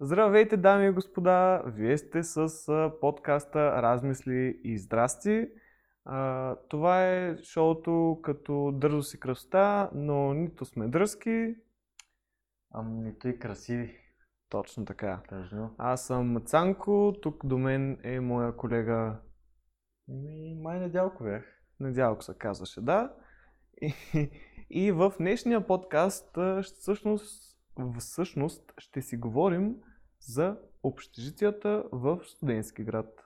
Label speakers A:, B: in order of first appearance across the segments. A: Здравейте, дами и господа! Вие сте с а, подкаста Размисли и здрасти. А, Това е шоуто като дързост и красота, но нито сме дръзки.
B: Ам Ами, нито и красиви.
A: Точно така.
B: Тъжно.
A: Аз съм Цанко, тук до мен е моя колега
B: Ми, май недялко бях.
A: Недялко се казваше, да. И, и в днешния подкаст а, щ- всъщност, всъщност ще си говорим за общежитията в студентски град.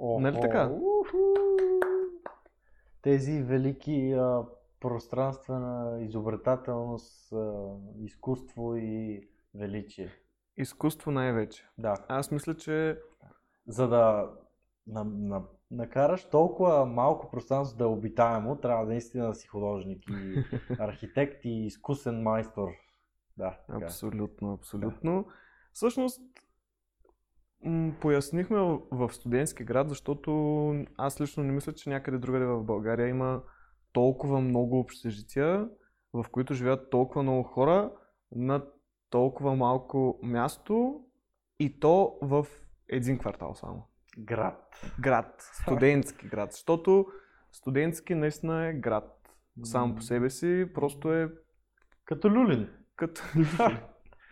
B: О,
A: Нали така?
B: уху! Тези велики а, пространствена изобретателност, а, изкуство и величие.
A: Изкуство най-вече.
B: Да.
A: Аз мисля, че
B: За да на, на, накараш толкова малко пространство да е обитаемо, трябва наистина да си художник и архитект и изкусен майстор. Да, така.
A: абсолютно, абсолютно. Всъщност, м, пояснихме в- в студентски град, защото аз лично не мисля, че някъде другаде в България има толкова много общежития, в които живеят толкова много хора на толкова малко място и то в един квартал само.
B: Град.
A: град, студентски град, защото студентски наистина е град сам по себе си, просто е
B: Като люлин.
A: като...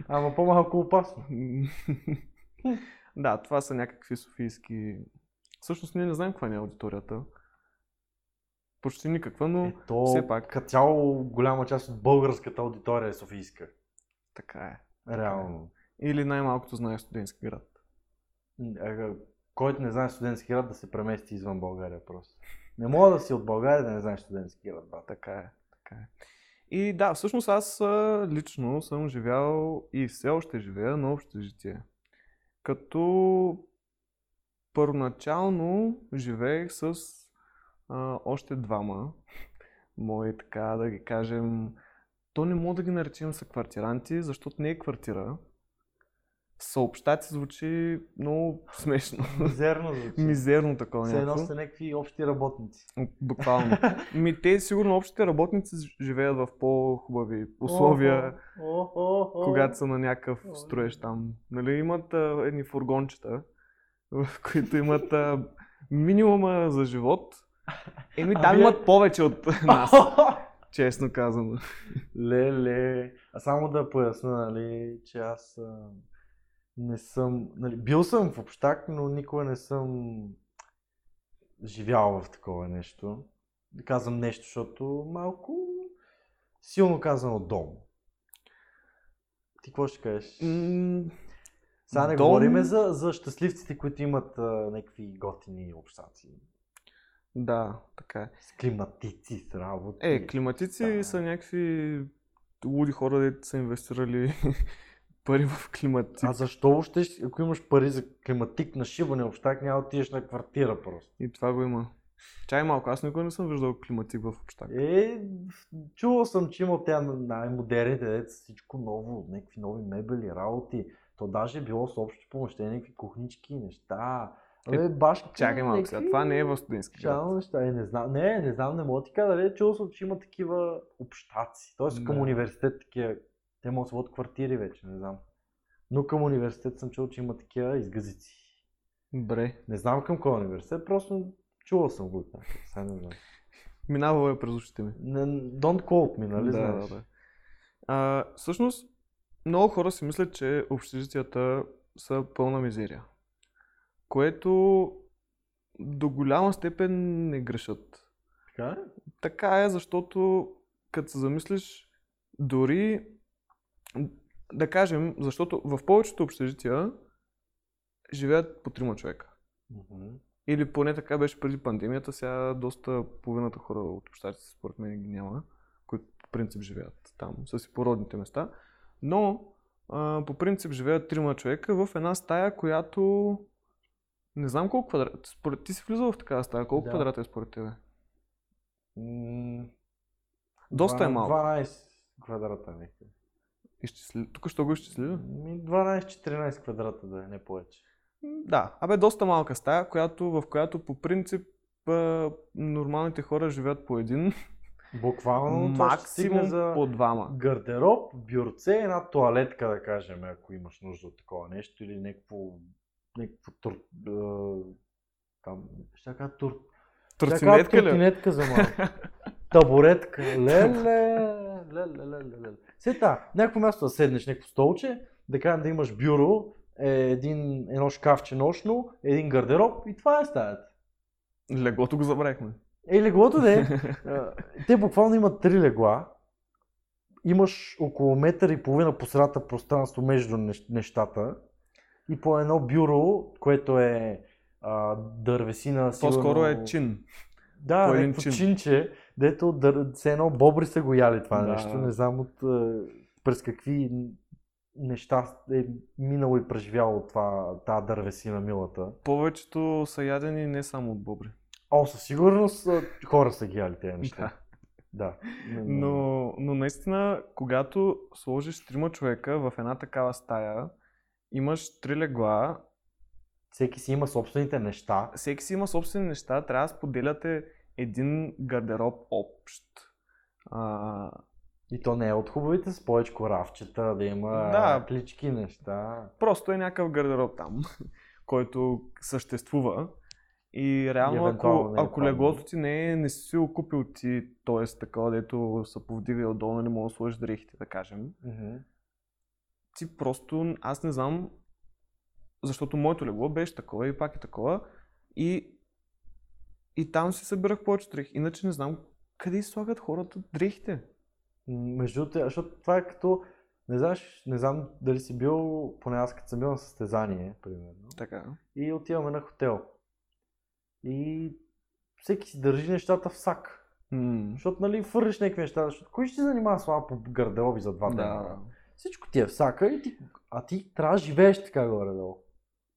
B: Ама по-малко опасно.
A: да, това са някакви софийски... Всъщност ние не знаем каква ни е аудиторията. Почти никаква, но
B: Е, то
A: все пак.
B: като цяло голяма част от българската аудитория е софийска.
A: така е.
B: Реално.
A: Или най-малкото знае студентски град.
B: А, Който не знае студентски град да се премести извън България просто. Не мога да си от България да не знаеш студентски град, брат.
A: Така е, така е. И да, всъщност аз а, лично съм живял и все още живея на общежитие. Като първоначално живеех с а, още двама мои, така да ги кажем, то не мога да ги наречем съквартиранти, защото не е квартира. Съобщати звучи много смешно.
B: Мизерно звучи.
A: Мизерно такова
B: Все едно
A: някакво.
B: сте някакви общи работници.
A: Буквално. Ми те сигурно общите работници ж- живеят в по-хубави условия,
B: О, о, о, о.
A: когато са на някакъв
B: О.
A: строеж там. Нали, имат а, едни фургончета, в които имат а, минимума за живот. Еми,
B: А
A: там
B: вие-
A: имат повече от нас, честно казано.
B: Леле. А само да поясна, нали, че аз а, не съм... Нали, бил съм в общак, но никога не съм живял в такова нещо. Да казвам нещо, защото малко силно казано дом. Ти какво ще кажеш?
A: М,
B: Сега не
A: дом-
B: говориме за, за щастливците, които имат а, някакви готини общаци.
A: Да, така е.
B: С климатици, с работи.
A: Е, климатици
B: Да.
A: са някакви луди хора, дето са инвестирали пари в климатици.
B: А защо още, ще- ако имаш пари за климатик на шибане общак, няма да отидеш на квартира просто?
A: И това го има. Чай малко, аз никога не съм виждал климатик в общак.
B: Е, чувал съм, че има от тя най-модерните деца всичко ново, някакви нови мебели, работи. То даже е било с общо помещение, някакви кухнички, неща.
A: Е,
B: Абе, баш,
A: Чакай малко сега, това не е в студентски град.
B: Чално неща, е, не знам, не, не знам, не мога да ти кажа, нали, чувал съм, че има такива общаци, т.е. към
A: Да.
B: университет такива, те могат да са от квартири вече, не знам. Но към университет съм чул, че има такива изгазици.
A: Добре.
B: Не знам към кой университет, просто чувал съм го. от някъде, Сега не знам.
A: Минавало е през ушите ми.
B: Не, don't call me, нали
A: да,
B: знаеш?
A: да, да. А, всъщност, много хора си мислят, че общежитията са пълна мизерия. Което до голяма степен не грешат.
B: Така ли?
A: Така е, защото като се замислиш, дори да кажем, защото в повечето общежития живеят по трима човека.
B: Мгм.
A: Или поне така беше преди пандемията, сега доста половината хора от общаците според мен ги няма, които по принцип живеят там, са си по родните места. Но а, по принцип живеят трима човека в една стая, която не знам колко квадрата. Според ти си влизал в такава стая, колко
B: Да.
A: квадрата е според тебе?
B: М,
A: Доста е
B: два-
A: малко.
B: 12 квадрата някъде.
A: Изчисли... Тук ще го изчисли. ли?
B: Ми, 12-14 квадрата да е, не повече.
A: Да, абе доста малка стая, която, в която по принцип а, нормалните хора живеят по един,
B: Буквално това ще стигне
A: Максимум
B: за
A: по двама.
B: гардероб, бюрце, една туалетка, да кажем, ако имаш нужда от такова нещо или някакво, някакво тур... е, там, ще я кажа тур... ще я кажа
A: Търцинетка ли? е?
B: туртинетка за малко. Табуретка. Леле, леле, леле, леле. Сета, някакво място да седнеш, някакво столче, да кажем да имаш бюро, е, един, едно шкафче нощно, един гардероб и това е стаята.
A: Легото го забравихме.
B: Е, леглото да е. А, Те буквално имат три легла. Имаш около метър и половина по средата пространство между нещ- нещата. И по едно бюро, което е а, дървесина. сигурно-
A: По-скоро е чин.
B: Да,
A: по един
B: някакво
A: чин.
B: чинче, дето дър... все едно бобри са го яли това
A: Да.
B: нещо. Не знам от, а, през какви неща е минало и преживяло това, тази дървесина милата.
A: Повечето са ядени не само от бобри.
B: О, със сигурност а, хора са ги яли тези неща. Да.
A: Но, но наистина, когато сложиш трима човека в една такава стая, имаш три легла,
B: Всеки си има собствените неща.
A: всеки си има собствени неща, трябва да споделяте един гардероб общ. А,
B: И то не е от хубавите с повече рафчета, да има
A: Да.
B: клички неща.
A: просто е някакъв гардероб там, който съществува. И нали, реално,
B: евентуално
A: ако,
B: не е
A: ако
B: паднал.
A: леглото ти не, е, не си си го купил ти, т.е. такова, дето са повдига и отдолу, нали мога да сложиш дрехите, да кажем, ти просто, аз не знам, защото моето легло беше такова и пак е такова. И, и там си събирах повече дрехи. Иначе не знам къде си слагат хората дрехите.
B: М, Между другото, защото това е като... Не знаеш, не знам дали си бил, поне аз като съм бил на състезание, примерно.
A: Така.
B: И отиваме на хотел. И всеки си държи нещата в сак.
A: М,
B: Защото, нали, фърлиш някакви неща, защото кой ще се занимава с това по гардероби за два дена? бе?
A: да. е
B: Всичко ти е в сака и ти, а ти трябва да живееш така горе-долу.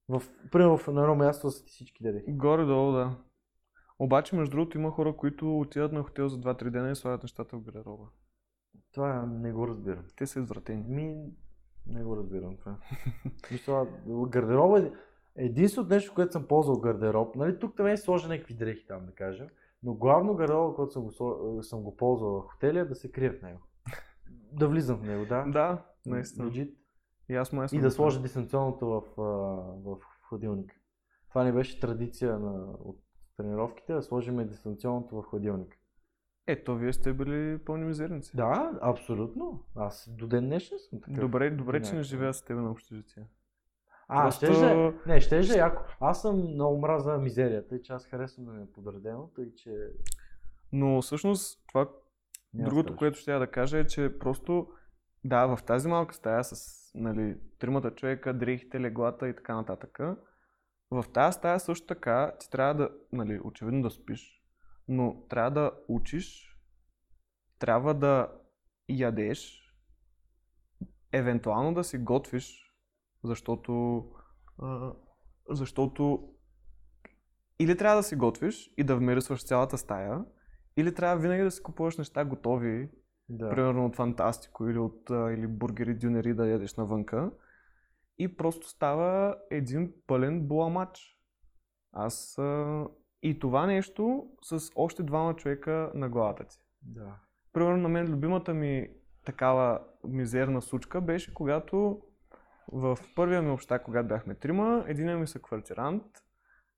B: В, примерно в на едно място са ти всички дели.
A: Горе-долу, да. Обаче, между другото, има хора, които отиват на хотел за 2-3 дена и слагат нещата в гардероба.
B: Това не го разбирам.
A: Те са извратени.
B: Ми, не го разбирам това. Виж това, гардероба е единственото нещо, което съм ползвал гардероб. Нали, тук там е сложа някакви дрехи там, да кажем. Но главно гардероба, който съм го, сло- съм го ползвал в хотеля, е да се крия в него. Да влизам в него, да.
A: Да, наистина.
B: Legit.
A: И аз е май
B: И
A: съм
B: да
A: го правил.
B: сложа дистанционното в, а, в хладилника. Това не беше традиция на, от тренировките, да сложим дистанционното в хладилника.
A: Е, то вие сте били пълни мизерници.
B: Да, абсолютно. Аз до ден днешен съм така. е.
A: Добре, добре, че не
B: Някакво.
A: живея с теб на общежитие.
B: А,
A: Просто-
B: ще же, не, ще же, яко. Аз съм много мраза на мизерията, и че аз харесвам да ми е подредено, тъй че...
A: Но всъщност това,
B: няма
A: Другото,
B: страшно.
A: което ще я да кажа е, че просто да, в тази малка стая с нали, тримата човека, дрехите, леглата и така нататък, в тази стая също така ти трябва да, нали, очевидно да спиш, но трябва да учиш, трябва да ядеш, евентуално да си готвиш, защото, а, защото или трябва да си готвиш и да вмирисваш цялата стая, или трябва винаги да си купуваш неща готови,
B: Да.
A: примерно от Фантастико или от а, или бургери дюнери да ядеш навънка. И просто става един пълен буламач. Аз а... и това нещо с още двама човека на главата ти.
B: да.
A: Примерно на мен любимата ми такава мизерна сучка беше когато в първия ми общак, когато бяхме трима, един ми съквартирант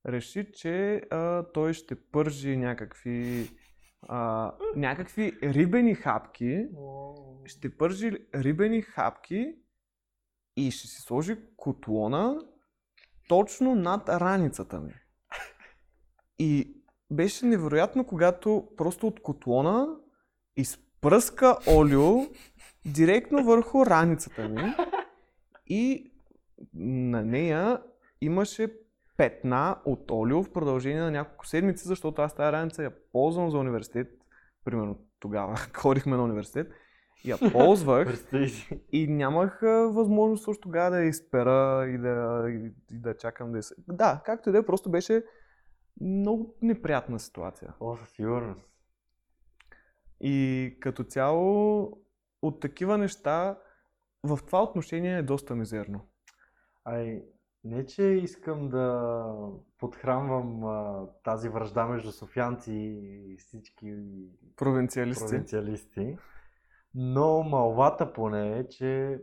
A: реши, че а, той ще пържи някакви, а, някакви рибени хапки. Ще пържи рибени хапки и ще си сложи котлона точно над раницата ми. И беше невероятно, когато просто от котлона изпръска олио директно върху раницата ми и на нея имаше петна от олио в продължение на няколко седмици, защото аз тази раница я ползвам за университет. Примерно тогава ходихме на университет. Я ползвах
B: Представи си.
A: и нямах а, възможност също тогава да я изпера и да, и, и да чакам да я... се- Да, както и да е, просто беше много неприятна ситуация.
B: О, със сигурност.
A: И като цяло от такива неща в това отношение е доста мизерно.
B: Ай, Не, че искам да подхранвам а, тази връжда между софианци и всички
A: Провинциалисти.
B: провинциалисти, но малвата поне е, че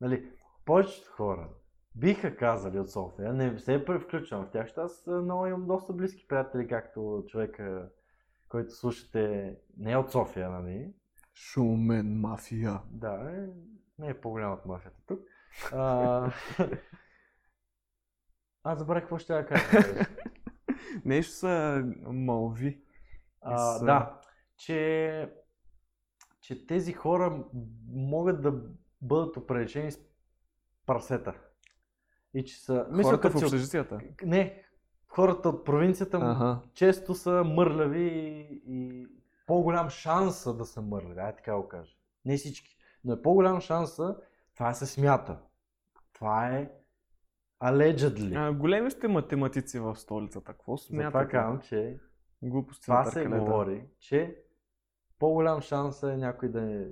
B: нали, повечето хора биха казали от София, не се превключвам в тях, защото аз а, много имам доста близки приятели, както човека, който слушате, не е от София, нали,
A: Шумен мафия.
B: да, е, не е по-голям от мафията тук. А, аз забравих какво ще я кажа. бе.
A: Нещо са малви.
B: А,
A: са-
B: да, че, че тези хора м- могат да бъдат оприличени с прасета. И че са... мисля,
A: Хората в
B: като си от-
A: общежитията.
B: Не, хората от провинцията м-
A: Аха.
B: често са мърляви и, и по-голям шанса да са мърляви, ай така го кажа. Не всички, но е по-голям шанса, това се смята. Това е allegedly.
A: А, големи сте математици в столицата. Какво
B: Затова
A: смятате?
B: казвам, че
A: Глупости
B: това
A: на
B: се
A: търкалета.
B: говори, че по-голям шанс е някой да е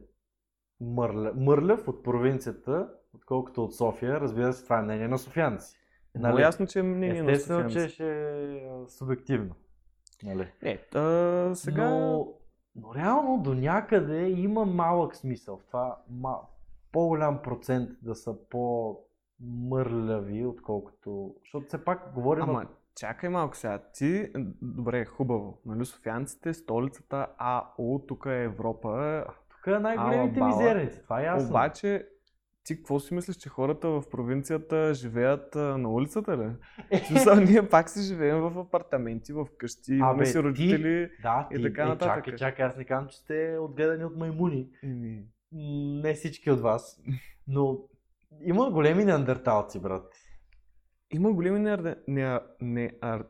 B: мърля, мърляв от провинцията, отколкото от София. Разбира се, това е мнение на софианци.
A: Нали? Ясно, че мнение на
B: Естествено, че
A: софианци.
B: ще е а, субективно. Нали?
A: Не, Е, а, сега...
B: Но, но реално до някъде има малък смисъл в това ма, по-голям процент да са по-мърляви, отколкото... Защото все пак говорим...
A: Ама, чакай малко сега. Ти, добре, хубаво. Нали, софианците, столицата, АО, тук е Европа.
B: Тук е най-големите
A: Ала, бала.
B: мизерници, това е ясно.
A: Обаче, ти какво си мислиш, че хората в провинцията живеят а, на улицата ли? В Смисъл, ние пак си живеем в апартаменти, в къщи, имаме
B: Абе,
A: си
B: ти-
A: родители.
B: Да,
A: И
B: ти,
A: така
B: е,
A: нататък.
B: Чакай, чакай, аз не казвам, че сте отгледани от маймуни.
A: Еми,
B: М, Не всички от вас. Но има големи неандерталци, брат.
A: Има големи неарде... Не... не ар...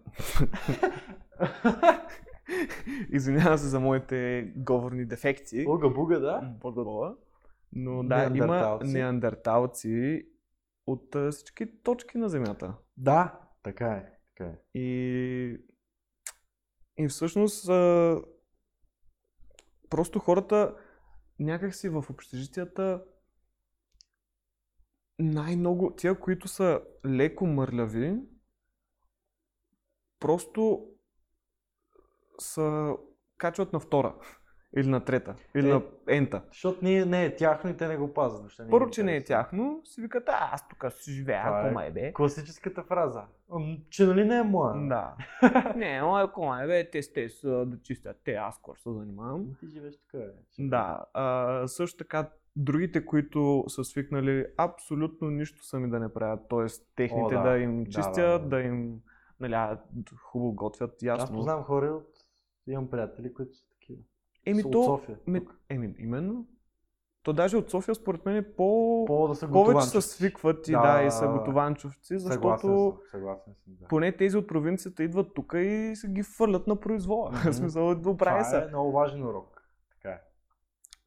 A: Извинявам се за моите говорни дефекти.
B: Уга-буга, да?
A: Благодаря. Но да, има
B: Неандерталци.
A: неандерталци от а, всички точки на Земята.
B: Да, така е. Така е.
A: И, и всъщност а, просто хората някакси в общежитията най-много, тия, които са леко мърляви, просто са качват на втора или на трета, или
B: Е.
A: на ента.
B: Защото ние не е тяхно и те не го пазят. въобще не
A: Първо,
B: им
A: че не е
B: интересува.
A: тяхно, си викат, а, аз тук си живея,
B: Това е
A: ако май бе.
B: Класическата фраза. Ам, Че нали не е моя?
A: Да. не, но ако май бе, те сте са да чистят, те аз кор се занимавам.
B: Ти живееш така, бе.
A: Да, а, също така другите, които са свикнали абсолютно нищо сами да не правят, т.е. техните да.
B: О, да.
A: им
B: Да,
A: чистят, да,
B: да, да.
A: им нали, а, хубаво готвят,
B: Аз
A: ясно.
B: познавам хора от... Имам приятели, които са такива.
A: Еми
B: Са от
A: то,
B: София.
A: еми,
B: тук.
A: еми, именно. То даже от София според мен е по...
B: По да са
A: повече
B: готованчици.
A: се свикват и да,
B: Да, да,
A: и
B: да,
A: са
B: да.
A: готованчовци, защото
B: Съгласен съм, съгласен съм. Да.
A: поне тези от провинцията идват тук и се ги фърлят на произвола.
B: Мгм.
A: В смисъл, добре
B: Това
A: са.
B: е много важен урок. Така е.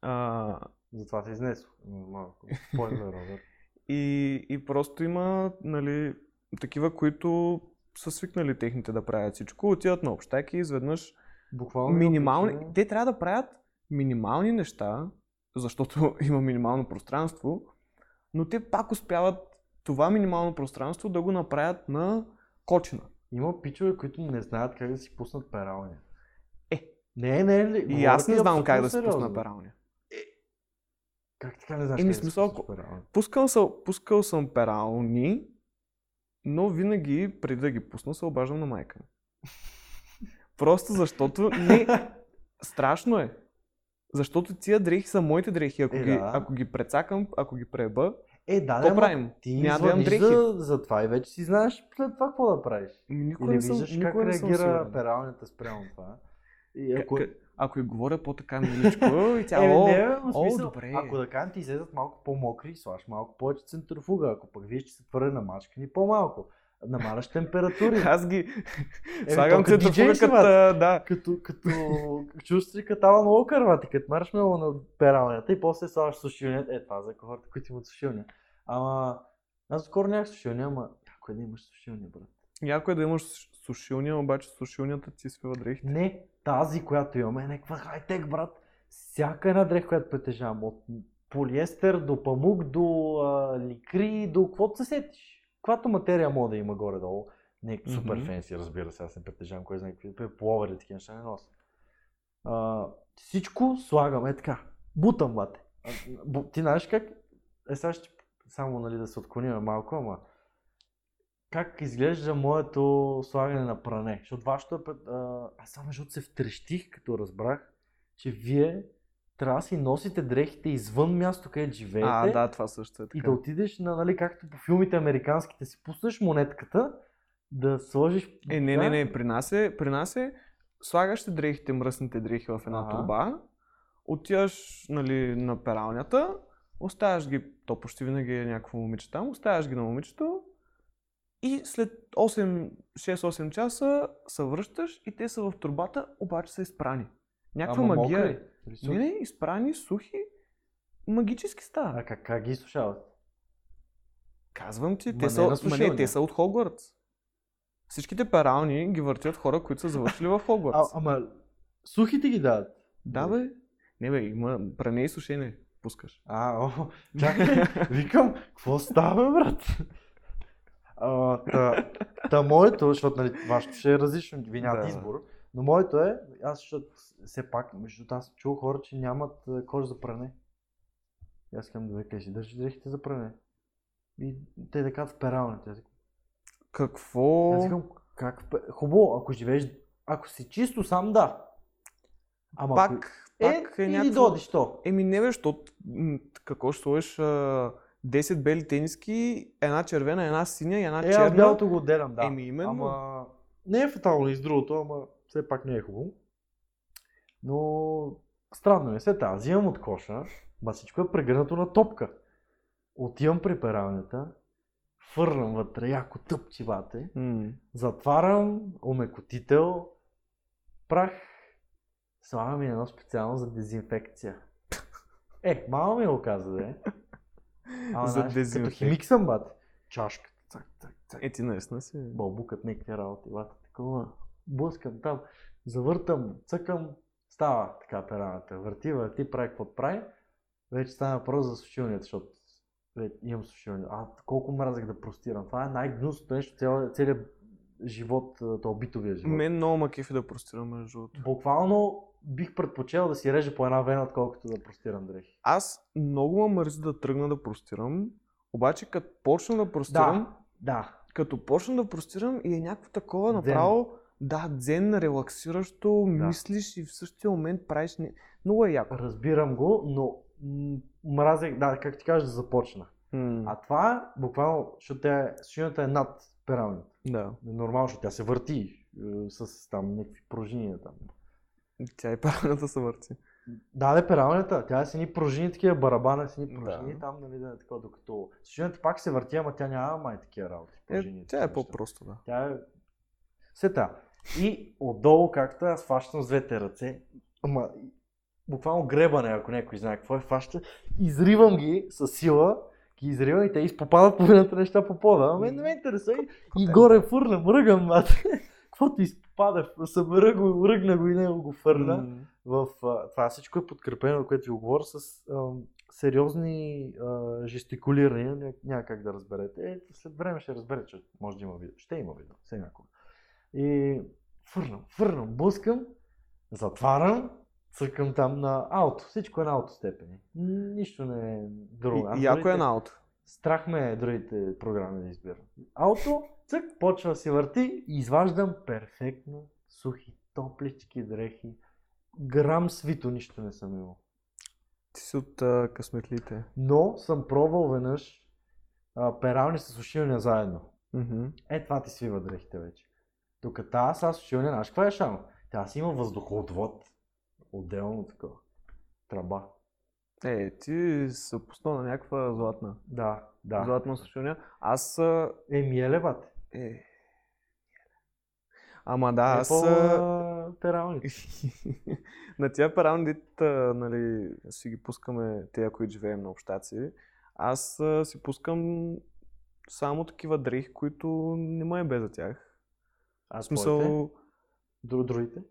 A: А,
B: Затова се изнесох. Малко. Спойлер, нали? Робърт.
A: И, и просто има нали, такива, които са свикнали техните да правят всичко, отиват на общак и изведнъж
B: Буквално. ми е
A: минимални...
B: описа-
A: Те трябва да правят минимални неща, защото има минимално пространство, но те пак успяват това минимално пространство да го направят на кочина.
B: Има пичове, които не знаят как да си пуснат пералня.
A: Е.
B: Не, не, ли?
A: И аз не знам как да се пусна пералня.
B: Как така не знаеш
A: Еми,
B: как
A: смисъл,
B: да си пуснеш пералня?
A: Пускал съм, пускал съм перални, но винаги преди да ги пусна се обаждам на майка ми. Просто защото не, страшно е. Защото тия дрехи са моите дрехи. Ако,
B: Е,
A: ги,
B: да.
A: ако ги прецакам, ако ги преба,
B: Е, да,
A: какво
B: да, ама
A: правим?
B: ти
A: Няма да имам
B: извъниш
A: дрехи.
B: за, за това и вече си знаеш след това какво да правиш.
A: Ми Никой
B: Или
A: не съм,
B: виждаш как
A: никой не съм
B: реагира
A: сигурен.
B: пералнята спрямо това. И
A: К-
B: ако...
A: к- Ако и говоря по-така миличко и тя
B: Е,
A: о,
B: не, в
A: о,
B: смисъл,
A: добре.
B: Ако да кажем, ти излезат малко по-мокри, слаш малко повече центрофуга. Ако пък видиш, че са твърде намачкани, по-малко. Намаляш температури.
A: аз ги
B: Еми,
A: слагам
B: то като диджей си, брат.
A: центрофугата, да.
B: като, като чувстваш ли като Алан Уокър, бе, ти като марш много на пералнята и после слагаш сушилня. Е, това за хората, които имат сушилня. Ама, аз скоро нямах сушилня, ама ако да имаш сушилня, брат.
A: Някой да имаш суш- сушилния, обаче сушилнията ти свива дрехите.
B: Не, тази, която имаме е някаква хайтек, брат. Всяка една дреха, която притежавам, от полиестер до памук, до а, ликри, до каквото се сетиш. Каквато материя мога да има горе-долу. Не е
A: Мгм.
B: супер фенси, разбира се, аз не притежавам кой знае какви пловери, такива неща не нося. А, всичко слагаме така. Бутам, бате. А, бу- Ти знаеш как? Е, сега ще само нали, да се отклониме малко, ама как изглежда моето слагане на пране? Защото вашето е... пред- а, Аз само защото се втрещих, като разбрах, че вие трябва да си носите дрехите извън място, където живеете.
A: А, да, това също е така.
B: И да отидеш на, нали, както по филмите американските си пуснеш монетката, да сложиш...
A: Е, не,
B: така.
A: не, не, при нас е, при нас е слагаш ти дрехите, мръсните дрехи в една
B: Ага.
A: труба, отиваш нали, на пералнята, оставяш ги, то почти винаги е някакво момиче там, оставяш ги на момичето и след 8, 6-8 часа се връщаш и те са в турбата, обаче са изпрани. Някаква
B: Ама
A: магия.
B: мокри.
A: е.
B: Или сухи?
A: Не, не, изпрани, сухи, магически става.
B: А как, как ги изсушават?
A: Казвам ти,
B: Ма
A: те
B: не
A: са,
B: на
A: ма не,
B: слушалния.
A: те са от Хогвартс. Всичките перални ги въртят хора, които са завършили в
B: А,
A: Хогвартс.
B: ама сухите ги дават.
A: Да, бе. Не, бе, има пране и сушене. Пускаш.
B: А, о, чакай, викам, какво става, брат? А, та, та моето, защото нали, вашето ще е различно, вие нямате
A: Да.
B: избор, но моето е, аз защото все пак, между другото, аз чул хора, че нямат а, кожа за пране. И аз искам да ви кажа, държи дрехите за пране. И те да казват в пералните. Аз викам,
A: Какво?
B: Аз викам, как в пе- Хубаво, ако живееш, ако си чисто сам, да. Ама ако...
A: Пак,
B: Е,
A: пак
B: е,
A: е,
B: или
A: някакво...
B: додиш то.
A: Еми не бе, защото м, какво ще сложиш а, 10 бели тениски, една червена, една синя и една
B: Е, аз
A: черна.
B: бялото го отделям, да.
A: Еми именно.
B: Ама... Не е фатално и с другото, ама все пак не е хубаво. Но странно е. След това взимам от коша, ма всичко е прегърнато на топка. Отивам при пералнята, фърлям вътре, яко тъпчивате,
A: М,
B: затварям омекотител, прах, слагам и едно специално за дезинфекция. Е, мама ми го каза, да е. Ама,
A: За
B: знаеш, като
A: дезинфекция.
B: химик съм, бат. Чашката, цак, цак, цак
A: Е, ти наистина си.
B: бълбукат някакви работи, бата, такова, блъскам там, завъртам, цъкам, става така пераната, върти, върти, прави какво прави, вече стана въпрос за сушилнията, защото вече имам сушилния. А, колко мразех да простирам. Това е най-гнусното нещо, цял, целият живот, а, то битовия живот.
A: Мен много ма кефи да простирам между другото.
B: Буквално бих предпочел да си реже по една вена, отколкото да простирам дрехи.
A: Аз много ме мързи да тръгна да простирам, обаче като почна да простирам,
B: Да,
A: като почна да простирам и е някакво такова
B: Дзен.
A: направо, да, дзен, релаксиращо,
B: Да.
A: мислиш и в същия момент правиш... Не... Много е яко.
B: разбирам го, но м- мразех, да, как ти кажа, да започна.
A: М,
B: А това е буквално, защото тя е, шината е над пералнята.
A: да.
B: Нормално, защото тя се върти е, с там някакви пружини там.
A: Тя е и параната се върти.
B: Да, да, пералнята, тя е с едни пружини, такива барабана, с едни
A: Да.
B: пружини там, нали, да е такова, докато шината пак се върти, ама тя няма май такива работи. пружини,
A: Е, тя
B: такива
A: е
B: неща.
A: по-просто, да.
B: Тя е... Сета. И отдолу, както е, аз фащам с двете ръце, ама буквално гребане, ако някой знае какво е, фаща, изривам ги с сила, ги изривам и те изпопадат половината неща по пода. Ама мен не ме интересува и, и горе фърлям, ръгам, мате. Каквото изпада, събера го, ръгна го и него го фърля
A: М,
B: в а, това всичко е подкрепено, което ви говоря, с ам, сериозни а, жестикулирания, ня- няма как да разберете. Е, след време ще разберете, че може да има видео. Ще има видео, все някога. И фърнам, фърнам, блъскам, затварям, цъкам там на ауто. Всичко е на ауто степени. М, Нищо не е друго. Аз
A: И, яко е
B: другите-
A: на аут.
B: Страх ме е другите програми да избирам. Ауто, цък, почва да си върти и изваждам перфектно сухи, топлички дрехи. Грам свито нищо не съм имал.
A: Ти си от а, късметлите.
B: Но съм пробвал веднъж а, перални с сушилня заедно.
A: Мгм.
B: Е, това ти свива дрехите вече. Тук тази с сушилня, знаеш каква е шама? Тя си има въздухоотвод. Отделно такова. Траба.
A: Е, ти се пусна на някаква златна.
B: Да, да.
A: Златна сушилня. Аз... а,
B: Еми, е леват.
A: Е... Ама да,
B: Аз...
A: аз...
B: Е,
A: а,
B: по... перални.
A: на тия парални дит, а, нали, си ги пускаме, тези, които живеем на общаци, аз а, си пускам само такива дрехи, които не ме е бе за тях.
B: А
A: В смисъл,
B: Дру- Другите?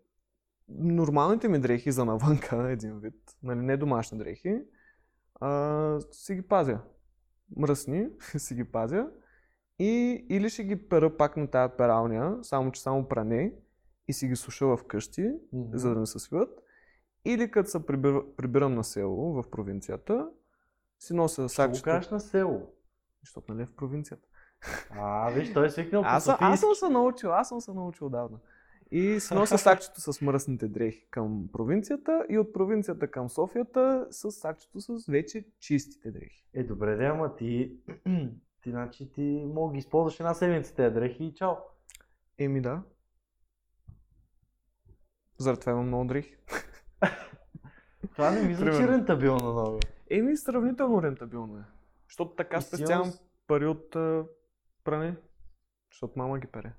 A: нормалните ми дрехи за навънка, един вид, нали, не домашни дрехи, а, си ги пазя. Мръсни, си ги пазя И или ще ги пера пак на тая пералня, само че само пране и си ги суша вкъщи,
B: Мгм.
A: за да не се свиват. Или като се прибир, прибирам на село в провинцията, си нося
B: Ще го
A: сакчето.
B: кажеш на село.
A: Защото нали е в провинцията.
B: А, виж, той е свикнал по
A: Аз, съм- аз
B: Софийски.
A: съм се научил, аз съм се научил отдавна. И си нося сакчето с мръсните дрехи към провинцията и от провинцията към Софията с сакчето с вече чистите дрехи.
B: Е, добре, да, ама ти... ти, значи, ти мога ги използваш една седмица тези дрехи и чао.
A: Еми да. Заради това имам много дрехи.
B: Това не ми звучи
A: Примерно.
B: рентабилно много.
A: Еми сравнително рентабилно е. Защото така
B: И силно
A: спестявам
B: с-
A: пари от а, пране. Защото мама ги пере.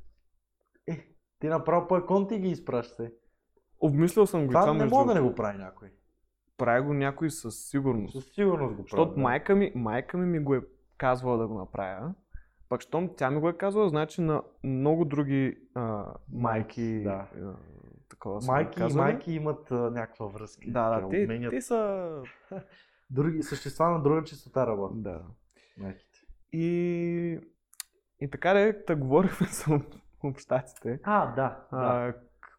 B: Ти направо по конти ги изпраща.
A: Обмислял съм го и
B: Това,
A: това
B: не
A: между...
B: мога да не го прави някой.
A: Прави го някой със сигурност.
B: Със сигурност го прави.
A: Защото
B: да.
A: майка ми, майка ми ми го е казвала да го направя. Пък щом тя ми го е казвала, значи на много други а, майки,
B: Да.
A: а, такова са ми
B: Майки и
A: казали.
B: майки имат а, някаква връзка.
A: Да,
B: Те
A: да, те,
B: обменят
A: те са...
B: Други, същества на друга чистота работят.
A: Да.
B: Майките.
A: И, и така да, да говорихме за общаците,
B: А, да. да.
A: а, к-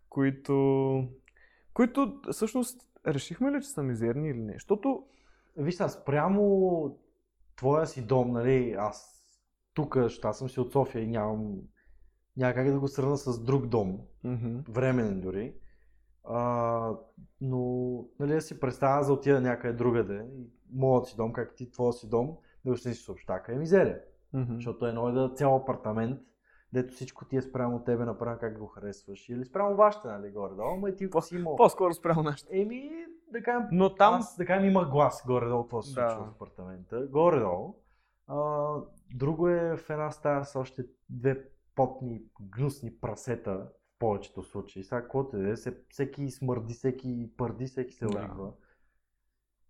A: които, които всъщност решихме ли, че са мизерни или не? Защото
B: Виж сега, спрямо твоя си дом, нали, аз тук, защото аз съм си от София и нямам някак да го сравна с друг дом,
A: мгм,
B: временен дори. А, но, нали, да си представя за отида някъде другаде, и моят си дом, както ти, твоя си дом, да ще си съобщака е мизерия.
A: мгм,
B: Защото едно е да цял апартамент, дето всичко ти е спрямо от тебе направено как го харесваш. Или спрямо вашите, нали, горе-долу, ама и ти
A: По-
B: си имал.
A: по-скоро спрямо нашите.
B: Еми, да кажем,
A: Но там
B: аз, да кажем, има глас горе-долу, какво се случва
A: Да.
B: в апартамента. Горе-долу. А, друго е в една стая с още две потни, гнусни прасета в повечето случаи. Сега каквото и да е, се- всеки смърди, всеки пърди, всеки се
A: Да.
B: оригва.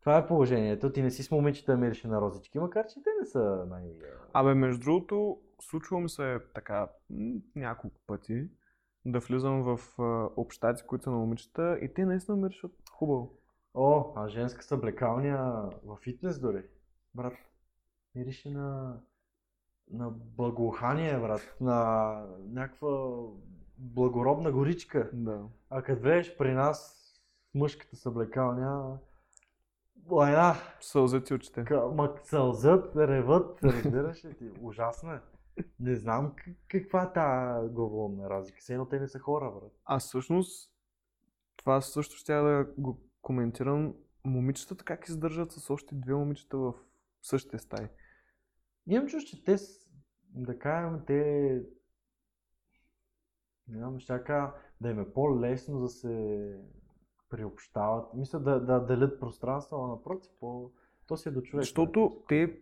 B: Това е положението. Ти не си с момичета мирише на розички, макар че те не са най...
A: Абе, между другото, случва ми се така м, няколко пъти да влизам в а, общаци, които са на момичета и те наистина миришат хубаво.
B: О, а женска съблекалня в фитнес дори. Брат, мирише на, на благоухание, брат. На някаква благородна горичка.
A: Да.
B: А като влезеш при нас, в мъжката съблекалня, лайна,
A: Сълзят и очите.
B: ка- ма сълзът, ревът, разбираш ли ти? Ужасно е. Не знам к- каква е тази главоломна разлика. Все едно те не са хора, брат.
A: А всъщност, това също ще да го коментирам. Момичетата как издържат с още две момичета в същите стаи.
B: Имам чувство, че те, с- да кажем, те... Не знам, ще кажа, да им е по-лесно да се приобщават. Мисля да, да делят пространство, а напротив, по... то си е до човек.
A: Защото те,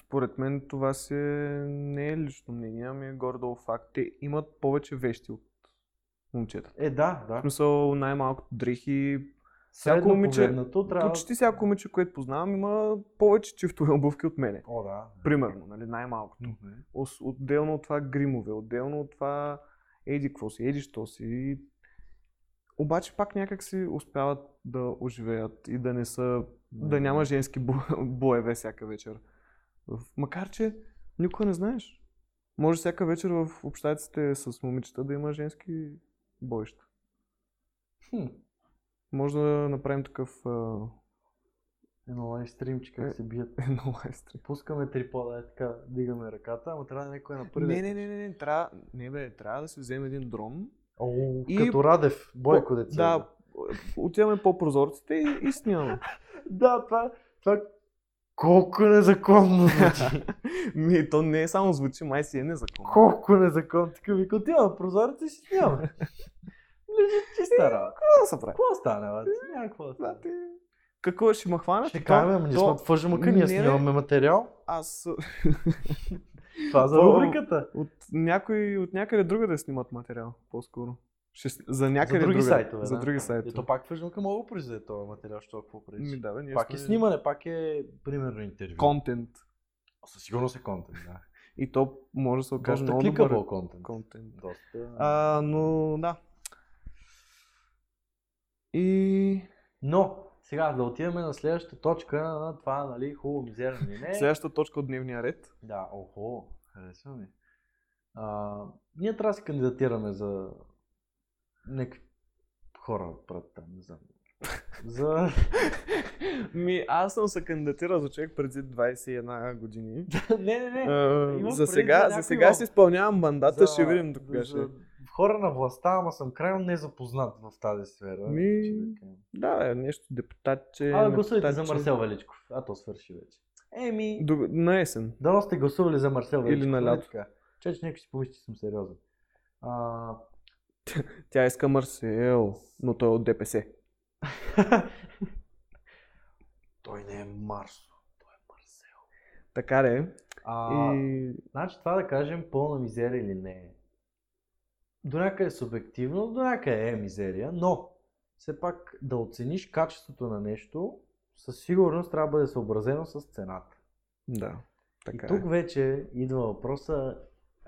A: според мен, това си е- не е лично мнение, ами е горе-долу факт. Те имат повече вещи от момчетата.
B: Е, да,
A: В
B: да.
A: смисъл най-малко дрехи,
B: Всяко
A: момиче-
B: трябва...
A: Почти всяко момиче, което познавам, има повече чифтове обувки от мене.
B: О, да.
A: Примерно, нали, най-малкото.
B: Мгм.
A: Ос- Отделно от това гримове, отделно от това еди какво си, еди що си. И- Обаче пак някак си успяват да оживеят и да не са, да няма женски бо- боеве всяка вечер. В- Макар, че никога не знаеш. Може всяка вечер в общаците с момичета да има женски бойща.
B: Хм.
A: Може да направим такъв а,
B: Едно лайв стримче,
A: Е.
B: как се бият.
A: едно лайвстрим.
B: Пускаме трипода, е така, дигаме ръката, ама трябва да е някой на първи.
A: Не, не, не, не, не, трябва, не бе, трябва да си вземе един дрон.
B: О,
A: И-
B: Като Радев, Бойко
A: По-
B: деца.
A: Да, отиваме по прозорците и, и снимаме.
B: да, това, това колко е незаконно значи. звучи.
A: Ми, то не е само звучи, май си е незаконно.
B: Колко незаконно. Така вика, отивам на прозореца и си снимаме. Лежи чиста работа.
A: Какво да се прави?
B: Какво стане, бе? Няма какво да стане.
A: Да, ти... Какво ще ме хванат?
B: Ще
A: То-
B: кажем, ама ние
A: то-
B: сме от фъжмака,
A: не,
B: ние
A: не.
B: снимаме материал.
A: Аз
B: Това за
A: То-
B: рубриката.
A: от, някой, от някъде друга да снимат материал, по-скоро. Ще, с- за някъде
B: за други
A: друга,
B: сайтове.
A: За
B: да.
A: други
B: Е,
A: сайтове.
B: то пак фъжмака мога да го произведе този материал, що какво
A: Ми,
B: пречи.
A: да, бе, ние
B: Пак
A: сме-
B: е снимане, пак е примерно интервю.
A: Контент.
B: Със сигурност е контент, да.
A: И то може да се окаже
B: Доста
A: много добър
B: кликабъл контент.
A: контент.
B: е Доста...
A: А, но да. И
B: Но, сега да отиваме на
A: Е.
B: следващата точка на това, нали, хубаво, мизерно или не.
A: следващата точка от дневния ред.
B: Да, охо. Харесва ми. А, ние трябва да се кандидатираме за някакви хора, брат, там, не знам. За...
A: Ми, аз съм се кандидатирал за човек преди 21 години.
B: не, не, не.
A: А,
B: Имам
A: за
B: предвид
A: сега,
B: за
A: за
B: някой
A: сега
B: в-
A: си изпълнявам мандата,
B: за-
A: Е, ще видим до кога ще. е.
B: за Хора на властта, ама съм крайно незапознат в тази сфера.
A: Ми, е,
B: че да кажем.
A: Да, бе, нещо депутатче.
B: А,
A: не
B: гласувайте за
A: депутатче.
B: Марсел Величков. А то свърши вече. Еми,
A: До, на есен.
B: дано сте гласували за Марсел
A: Или
B: Величков.
A: на
B: нали
A: лято.
B: така? Че, че някой си помисли, че съм сериозен. А,
A: Тя иска Марсел, но той е от ДПС.
B: той не е Марсо, той е Марсел.
A: Така де.
B: А,
A: И...
B: Значи това да кажем пълна мизерия или не е. До някъде е субективно, до някъде е мизерия, но все пак да оцениш качеството на нещо, със сигурност трябва да бъде съобразено с цената.
A: Да. Така
B: И
A: е.
B: тук вече идва въпроса,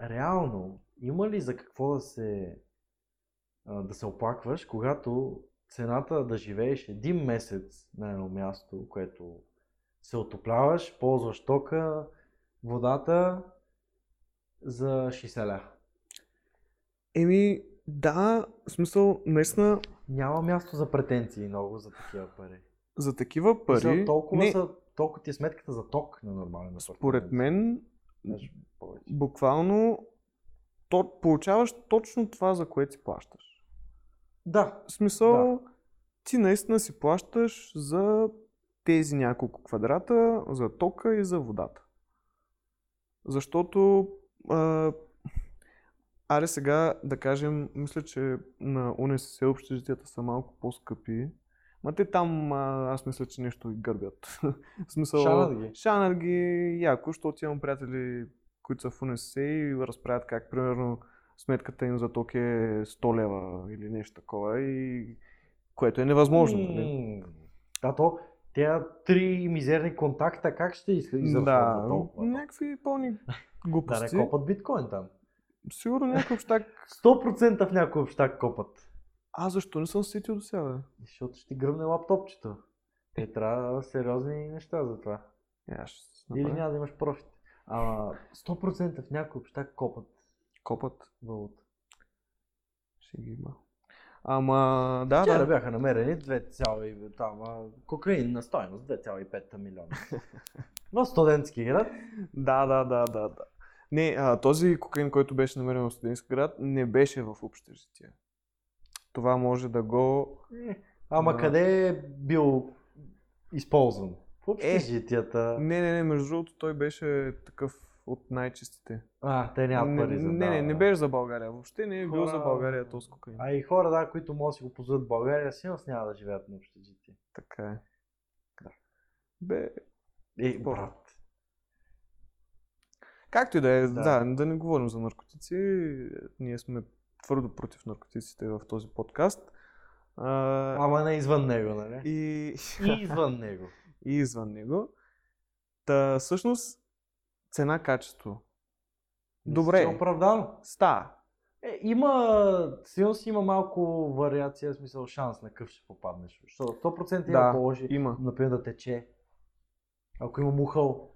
B: реално има ли за какво да се, а, да се оплакваш, когато цената да живееш един месец на едно място, което се отопляваш, ползваш тока, водата за 60 ля.
A: е. Еми, да, в смисъл, наистина,
B: Няма място за претенции много за такива пари.
A: за такива пари.
B: За толкова,
A: не,
B: са, толкова ти е сметката за ток на нормален
A: Според
B: апартамент.
A: мен,
B: Даже повече.
A: буквално, то, получаваш точно това, за което си плащаш.
B: Да,
A: В смисъл, ти наистина си плащаш за тези няколко квадрата, за тока и за водата. Защото, а, аре сега да кажем, мисля, че на УНСС общежитията са малко по-скъпи. Ма те там, а, аз мисля, че нещо ги гърбят. в смисъл,
B: Шанат ги.
A: шанат ги яко, защото имам приятели, които са в УНСС и разправят как, примерно, сметката им за ток е 100 лева или нещо такова, и... което е невъзможно. нали?
B: М, А то, тя три мизерни контакта, как ще из- изразходва
A: Да,
B: толкова?
A: някакви пълни
B: да не
A: глупости.
B: копат биткоин там.
A: Сигурно някакъв общак.
B: 100% в някой общак копат.
A: А защо не съм сетил до сега? бе?
B: Защото ще ти гръмне лаптопчето. Те трябва сериозни неща за това.
A: Е, аз ще се
B: Или
A: направя.
B: няма да имаш профит. А, 100% в някой общак копат
A: Копът
B: валута.
A: ще ги има. Ама, да,
B: Вчера
A: да.
B: бяха намерени 2, и там, а, кокаин на стоеност 2,5 милиона. В студентски град.
A: Да, да, да, да, да. Не, а, този кокаин, който беше намерен в студентски град, не беше в общежитие. Това може да го...
B: Е, Ама
A: Да.
B: къде е бил използван? е В
A: Е.
B: общежитията.
A: Не, не, не, между другото той беше такъв от най-чистите.
B: А, те нямат
A: не,
B: пари за
A: не, не,
B: даване.
A: не беше за България. Въобще не е бил за
B: Хора,
A: България този кокаин.
B: А и хора, да, които могат да си го позволят в България, сигурно няма да живеят на общежитие.
A: Така е. Бе,
B: Е,
A: Спорно.
B: брат.
A: както и да е,
B: Да.
A: да. да, да не говорим за наркотици. Ние сме твърдо против наркотиците в този подкаст. А,
B: Ама не извън него, нали? И,
A: и,
B: извън него.
A: и извън него. Та, всъщност, цена-качество. Добре.
B: Мисля, че е оправдано.
A: Ста.
B: Е, има, сигурно си има малко вариация, в смисъл шанс на къв ще попаднеш. Защото 100% има
A: Да,
B: положи,
A: има.
B: например да тече. Ако има мухъл,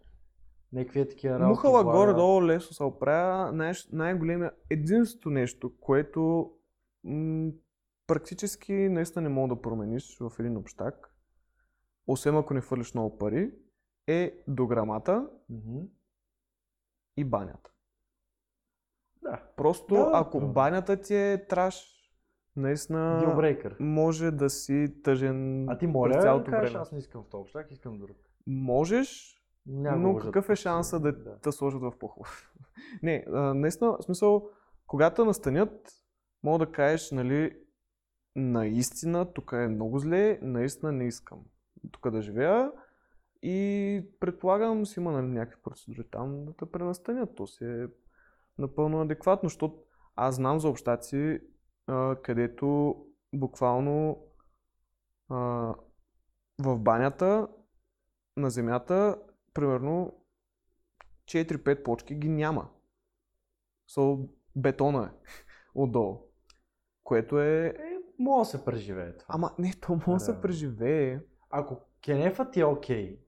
B: някакви е такива работи.
A: Мухала
B: влага.
A: горе-долу лесно се оправя. Най- най-големия, единственото нещо, което м- практически наистина не мога да промениш в един общак, освен ако не хвърлиш много пари, е дограмата
B: Мгм.
A: и банята.
B: Да.
A: Просто
B: Да,
A: ако
B: да.
A: банята ти е траш, наистина
B: Дилбрейкър.
A: може да си тъжен
B: А ти моля
A: през
B: да
A: цялото
B: кажеш,
A: време.
B: аз не искам в този общак, искам друг.
A: Можеш,
B: Няма
A: но
B: лъжа
A: какъв е
B: тук,
A: шанса да,
B: да.
A: да. сложат в по-хубав? Не, а, наистина, в смисъл, когато настанят, мога да кажеш, нали, наистина, тук е много зле, наистина не искам тук да живея. И предполагам, си има нали, някакви процедури там да те пренастанят. То си е напълно адекватно, защото аз знам за общаци, а, където буквално а, в банята на земята, примерно 4-5 почки ги няма. So, бетона е отдолу. Което е...
B: Е, мога да се преживее това.
A: Ама не, то може да
B: Да.
A: се преживее.
B: Ако кенефът ти е окей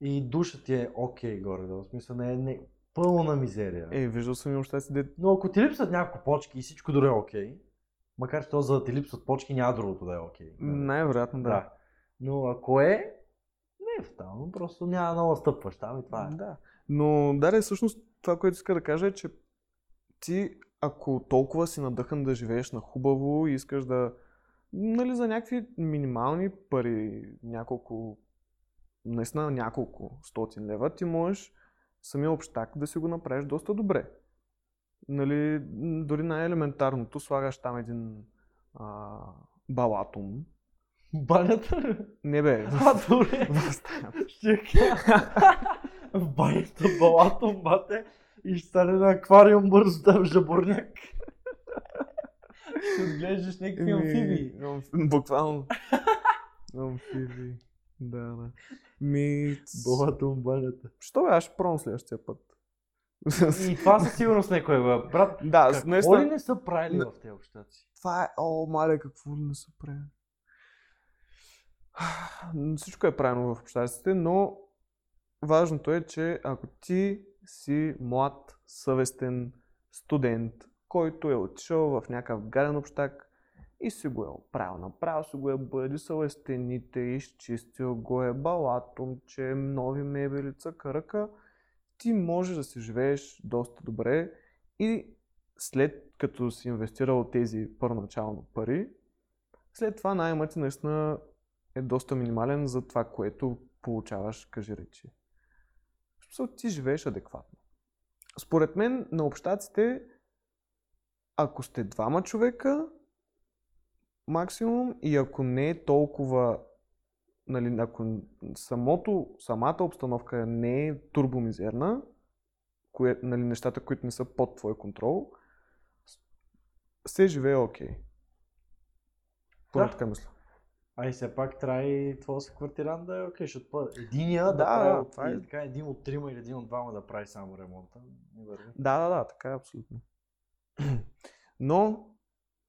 B: и душът ти е окей горе, да, в смисъл не е не, Пълна мизерия.
A: Е, виждал съм и обща си дет.
B: Но ако ти липсват няколко почки и всичко друго е окей, макар че то за да ти липсват почки няма другото да е окей.
A: Най-вероятно да.
B: Да. Но ако е, не е фатално, просто няма много стъпваш там и това е.
A: Да. Но да, всъщност това, което иска да кажа е, че ти, ако толкова си надъхан да живееш на хубаво и искаш да, нали, за някакви минимални пари, няколко, наистина няколко стотин лева, ти можеш самия общак да си го направиш доста добре. Нали, м, дори най-елементарното, слагаш там един а, балатум.
B: Банята?
A: Не бе,
B: А, добре.
A: в стаята.
B: Ще я кажа. В банята балато, бате, и ще стане на аквариум бързо там жабурняк. Ще отглеждаш някакви
A: Еми,
B: амфибии.
A: амф- Буквално. Амфибии. Да, да. Ми... с-
B: Балато, банята.
A: Що бе, аз ще пробвам следващия път.
B: И това със сигурност някой е, бе. Брат,
A: да, с-
B: какво ли
A: наистина.
B: не са правили
A: Не.
B: в тези общаци?
A: Това е... О, мале, какво ли не са правили? Всичко е правилно в общаците, но важното е, че ако ти си млад, съвестен студент, който е отишъл в някакъв гаден общак и си го е оправил, направил си го е бъдисал е стените, изчистил го е балатумче, нови мебели, цъкъръка, ти можеш да си живееш доста добре и след като си инвестирал тези първоначално пари, след това найемът ти наистина е доста минимален за това, което получаваш, кажи речи. В смисъл, ти живееш адекватно. Според мен на общаците, ако сте двама човека, максимум, и ако не е толкова, нали, ако самото, самата обстановка не е турбомизерна, кое, нали, нещата, които не са под твой контрол, с- се живее окей. Поне
B: Да.
A: така мисля.
B: А и все пак трябва и твоя си квартирант да е окей, защото па- единия да,
A: Да,
B: прави,
A: да, това е-
B: и така, един от трима или един от двама да прави само ремонта. Не върви.
A: Да, да, да, така е абсолютно. Но,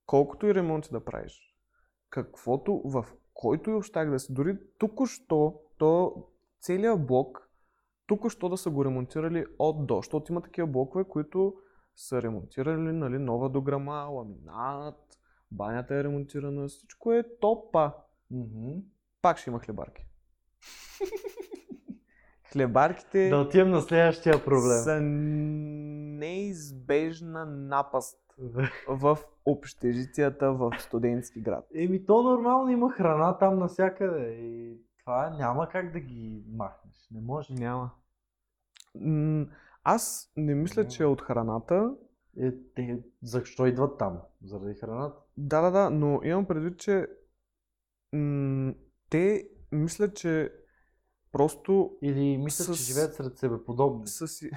A: колкото и ремонти да правиш, каквото, в който и общак да си, дори току-що, то целият блок, току-що да са го ремонтирали от до, защото има такива блокове, които са ремонтирали, нали, нова дограма, ламинат, банята е ремонтирана, всичко е топа.
B: Мгм.
A: Пак ще има хлебарки. Хлебарките
B: Да отидем на следващия проблем.
A: са неизбежна напаст в общежитията в студентски град.
B: Еми то нормално има храна там навсякъде и това няма как да ги махнеш. Не може.
A: Няма. М, Аз не мисля, че е от храната.
B: Е, те, защо идват там? Заради храната.
A: Да, да, да, но имам предвид, че м, те мисля, че просто
B: Или мислят, че
A: С-
B: живеят сред себе подобни.
A: са си...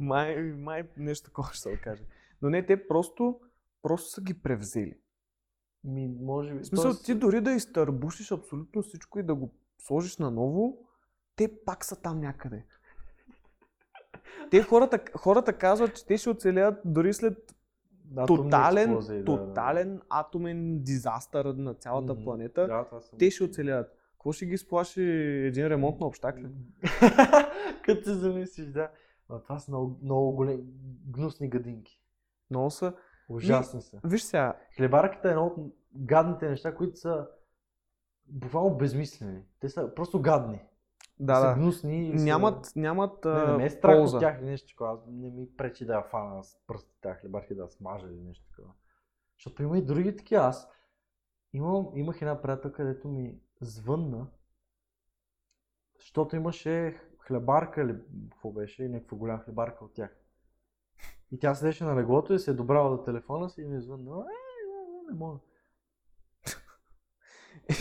A: май, май нещо такова ще се окаже. Но не, те просто, просто са ги превзели.
B: Ми, може би.
A: В смисъл,
B: Е, Тоест,
A: ти дори да изтърбушиш абсолютно всичко и да го сложиш наново, те пак са там някъде. Те хората, хората казват, че те ще оцелят дори след
B: атомни
A: тотален,
B: експлозии, да, да.
A: тотален атомен дизастър на цялата
B: Мгм.
A: планета.
B: Да, това съм
A: Те ще оцелят. Какво ще ги сплаши един ремонт на общак ли?
B: Като се замислиш, да. А това са много, много големи, гнусни гадинки.
A: Много са.
B: Ужасни са.
A: Виж сега,
B: Хлебарката е едно от гадните неща, които са буквално безмислени. Те са просто гадни.
A: да,
B: са
A: да.
B: гнусни. и са-
A: Нямат, нямат
B: Не, не
A: а,
B: ме е страх
A: полза.
B: от тях или нещо такова. Аз не ми пречи да я фана с пръстите тях хлебарки да я смажа или нещо такова. Защото има и други такива. Аз имам, имах една приятелка, където ми звънна, защото имаше хлебарка или какво беше, някаква голяма хлебарка от тях. И тя седеше на леглото и се е добрала до телефона си и ми звънна. Е, е, е, не мога.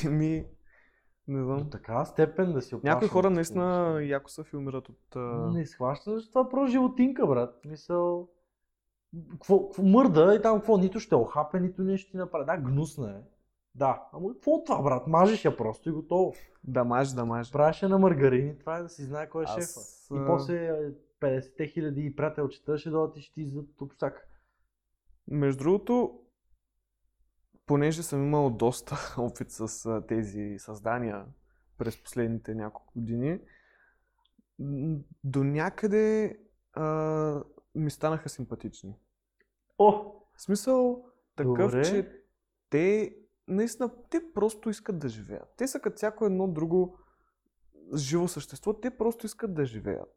A: Еми, не
B: До
A: знам.
B: такава степен да си опашвам.
A: Някои хора наистина яко се филмират от... а,
B: Не схващаш, това е просто животинка, брат. Мисъл, какво, какво мърда и там какво, нито ще охапе, нито нещо ти направи. Да, гнусна е. Да, ама какво е това, брат? Мажеш я просто и готово.
A: Да мажи, да мажи.
B: Правиш я на маргарини, това е да си знае кой е шефа. И
A: а,
B: после е, 50-те хиляди и приятелчета ще дойдат и ще ти издадат общак.
A: Между другото, понеже съм имал доста опит с а, тези създания през последните няколко години, м, до някъде а, ми станаха симпатични.
B: О!
A: В смисъл такъв,
B: Добре.
A: че те наистина, те просто искат да живеят. Те са като всяко едно друго живо същество, те просто искат да живеят.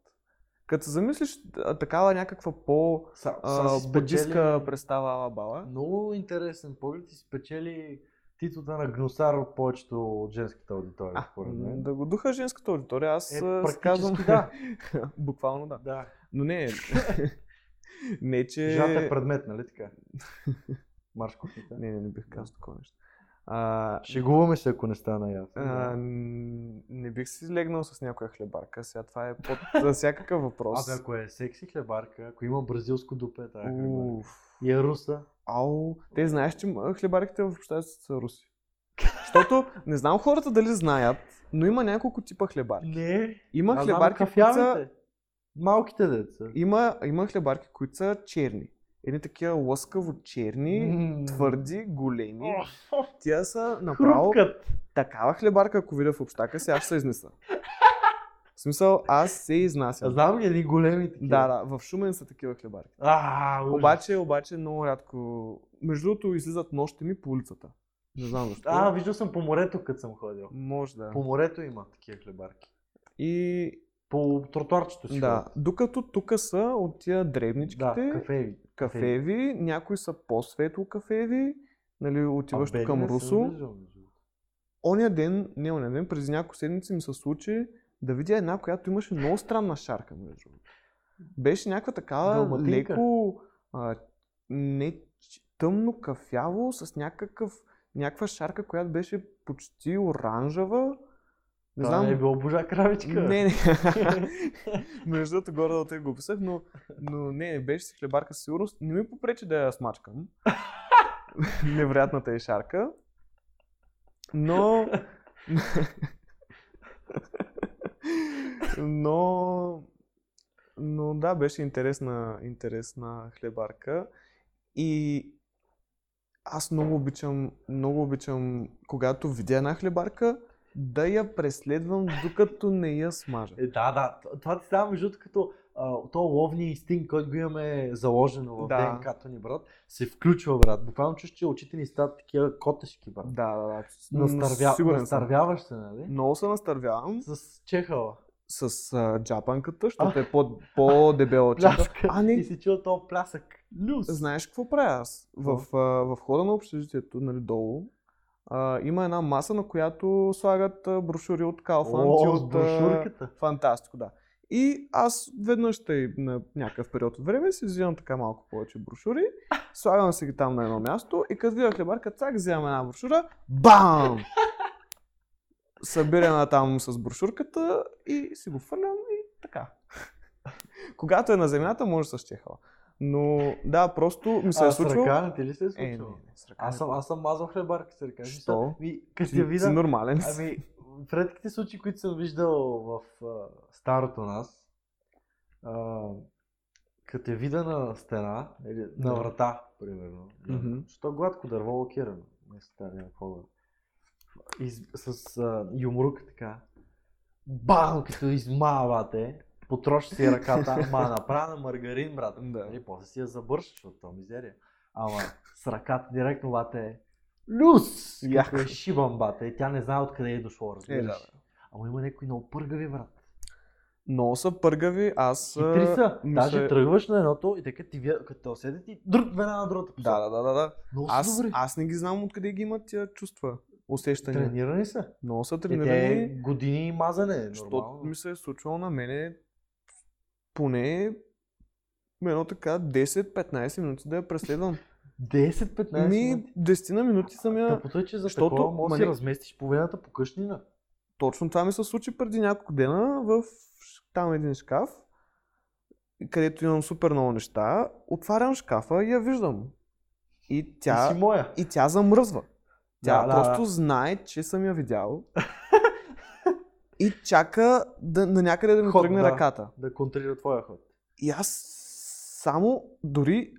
A: Като се замислиш а, такава някаква по
B: Са, са
A: а,
B: си
A: будистка
B: спечели
A: представа Ала Бала.
B: Много интересен поглед и спечели титлата на гнусар от повечето от женската аудитория,
A: А,
B: според
A: м,
B: мен.
A: да го духа женската аудитория, аз
B: Е,
A: а, си
B: практически
A: казвам...
B: да.
A: Буквално да.
B: Да.
A: Но не, не че...
B: Жената е предмет, нали така? Марш кухнята.
A: Не, не, не бих казал такова нещо. А,
B: Шегуваме се, ако не стана ясно.
A: а,
B: да.
A: н- не бих си легнал с някоя хлебарка, сега това е под за всякакъв въпрос.
B: Абе, ако е секси хлебарка, ако има бразилско дупе, тая хлебарка.
A: Уф.
B: И е руса.
A: Ау, те знаеш, че м- хлебарките в общата са руси. Защото не знам хората дали знаят, но има няколко типа хлебарки.
B: Не.
A: Има
B: Аз знам
A: хлебарки, които са
B: кафявите. Малките деца.
A: Има, има хлебарки, които са черни. Едни такива лъскаво черни,
B: М.
A: твърди, големи.
B: Ох,
A: Тя са направо
B: Хрупкат.
A: такава хлебарка, ако видя в общака, сега ще се изнеса. В смисъл, аз се
B: А
A: изнасям.
B: Знам ги едни големи такива.
A: Да, да, в Шумен са такива хлебарки.
B: А, ужас.
A: Обаче, обаче много рядко. Между другото, излизат нощи ми по улицата. Не знам защо.
B: А, виждал съм по морето, като съм ходил.
A: Може да.
B: По морето има такива хлебарки.
A: И
B: По тротуарчето си.
A: да, докато тук са от тия
B: ходят. да
A: дребничките,
B: кафеви. Е.
A: кафеви, някои са по-светло кафеви, нали, отиваш
B: бели
A: към
B: не съм
A: Русо.
B: виждал, между другото.
A: Оня ден, не оня ден, през няколко седмици ми се случи да видя една, която имаше много странна шарка, между другото. Беше някаква такава
B: Дълбатинка.
A: леко, а, не, ч- тъмно кафяво, с някакъв, някаква шарка, която беше почти оранжева. Не
B: Това
A: знам,
B: не е било божа кравичка.
A: не, не. Между другото, горе да те го описах, но, но не, не беше си хлебарка със сигурност. Не ми попречи да я смачкам. Невероятната е шарка. Но... но... Но да, беше интересна, интересна хлебарка. И аз много обичам, много обичам, когато видя една хлебарка, да я преследвам, докато не я смажа.
B: Е, да, да. Т- Това ти става между другото, като а, то ловния инстинкт, който го имаме заложено в
A: Да.
B: ДНК-то ни, брат, се включва, брат. Буквално чуш, че очите ни стават такива котешки, брат.
A: Да, да, да.
B: Настървя...
A: Сигурен съм.
B: Настървяваш се, нали?
A: Много се настървявам
B: С чехала.
A: с а, джапанката, защото е по- по-дебела от чака.
B: Пляска.
A: А, не.
B: е. И си чува този плясък. Люс.
A: Знаеш какво правя аз? В, а, в хода на общежитието, нали, долу, а, има една маса, на която слагат а, брошури от Калфанд и
B: О, с
A: от а,
B: брошурката.
A: Фантастико, да. И аз веднъж тъй на някакъв период от време си взимам така малко повече брошури, слагам си ги там на едно място и като видя хлебарка, цак, взимам една брошура, бам! Събирана там с брошурката и си го фърлям и така. Когато е на земята, може с чехала. Но да, просто ми се
B: а,
A: е
B: с
A: случило.
B: ръка не ти ли се е
A: Е, не,
B: случило?
A: не, с ръка.
B: Аз съм, аз съм мазал хлебарка с ръка.
A: Що?
B: Мисля, Ми, като
A: ти,
B: я
A: ти си
B: видя,
A: нормален. си.
B: ами, в редките случаи, които съм виждал в а, старото нас, а, като я видя на стена, или на
A: Да.
B: врата, примерно,
A: Мгм.
B: що е гладко дърво лакирано, мисля, да, няма какво да. И с- с а, юмрук така, бам, като измавате, потроши си ръката, ма направя на маргарин, брат.
A: Да.
B: Нали, после си я забършиш, защото то мизерия. Ама с ръката директно бате Люс!
A: Яко.
B: Яко е шибан бате. И тя не знае откъде е дошло,
A: Е,
B: разбираш.
A: да, бе.
B: Ама има някои много пъргави, брат.
A: Много са пъргави, аз...
B: Хитри са.
A: мисля-
B: Даже тръгваш на едното и така ти вие, като те усетят и друг една на другата.
A: Да, да, да, да, да.
B: Много са
A: Аз,
B: добри.
A: аз не ги знам откъде ги имат тия чувства, усещания.
B: Тренирани са.
A: Много са
B: Е,
A: тренирани,
B: те години мазане.
A: Нали? защото
B: Нормално.
A: ми се е случвало на мене поне едно така 10-15 минути да я преследвам.
B: 10-15
A: Ми,
B: минути.
A: 10 на минути съм я...
B: Тъпото е, че за
A: защото,
B: такова може да
A: ма
B: си
A: не-
B: разместиш половината по къщнина.
A: Точно това ми се случи преди няколко дена в ш- там един шкаф, където имам супер много неща. Отварям шкафа и я виждам. И
B: Ти
A: тя,
B: си моя.
A: и тя замръзва. Тя
B: Да, да,
A: просто
B: да.
A: знае, че съм я видял. и чака да, на някъде да ми
B: Ход,
A: тръгне
B: да.
A: ръката.
B: Да контрира твоя ход.
A: И аз само дори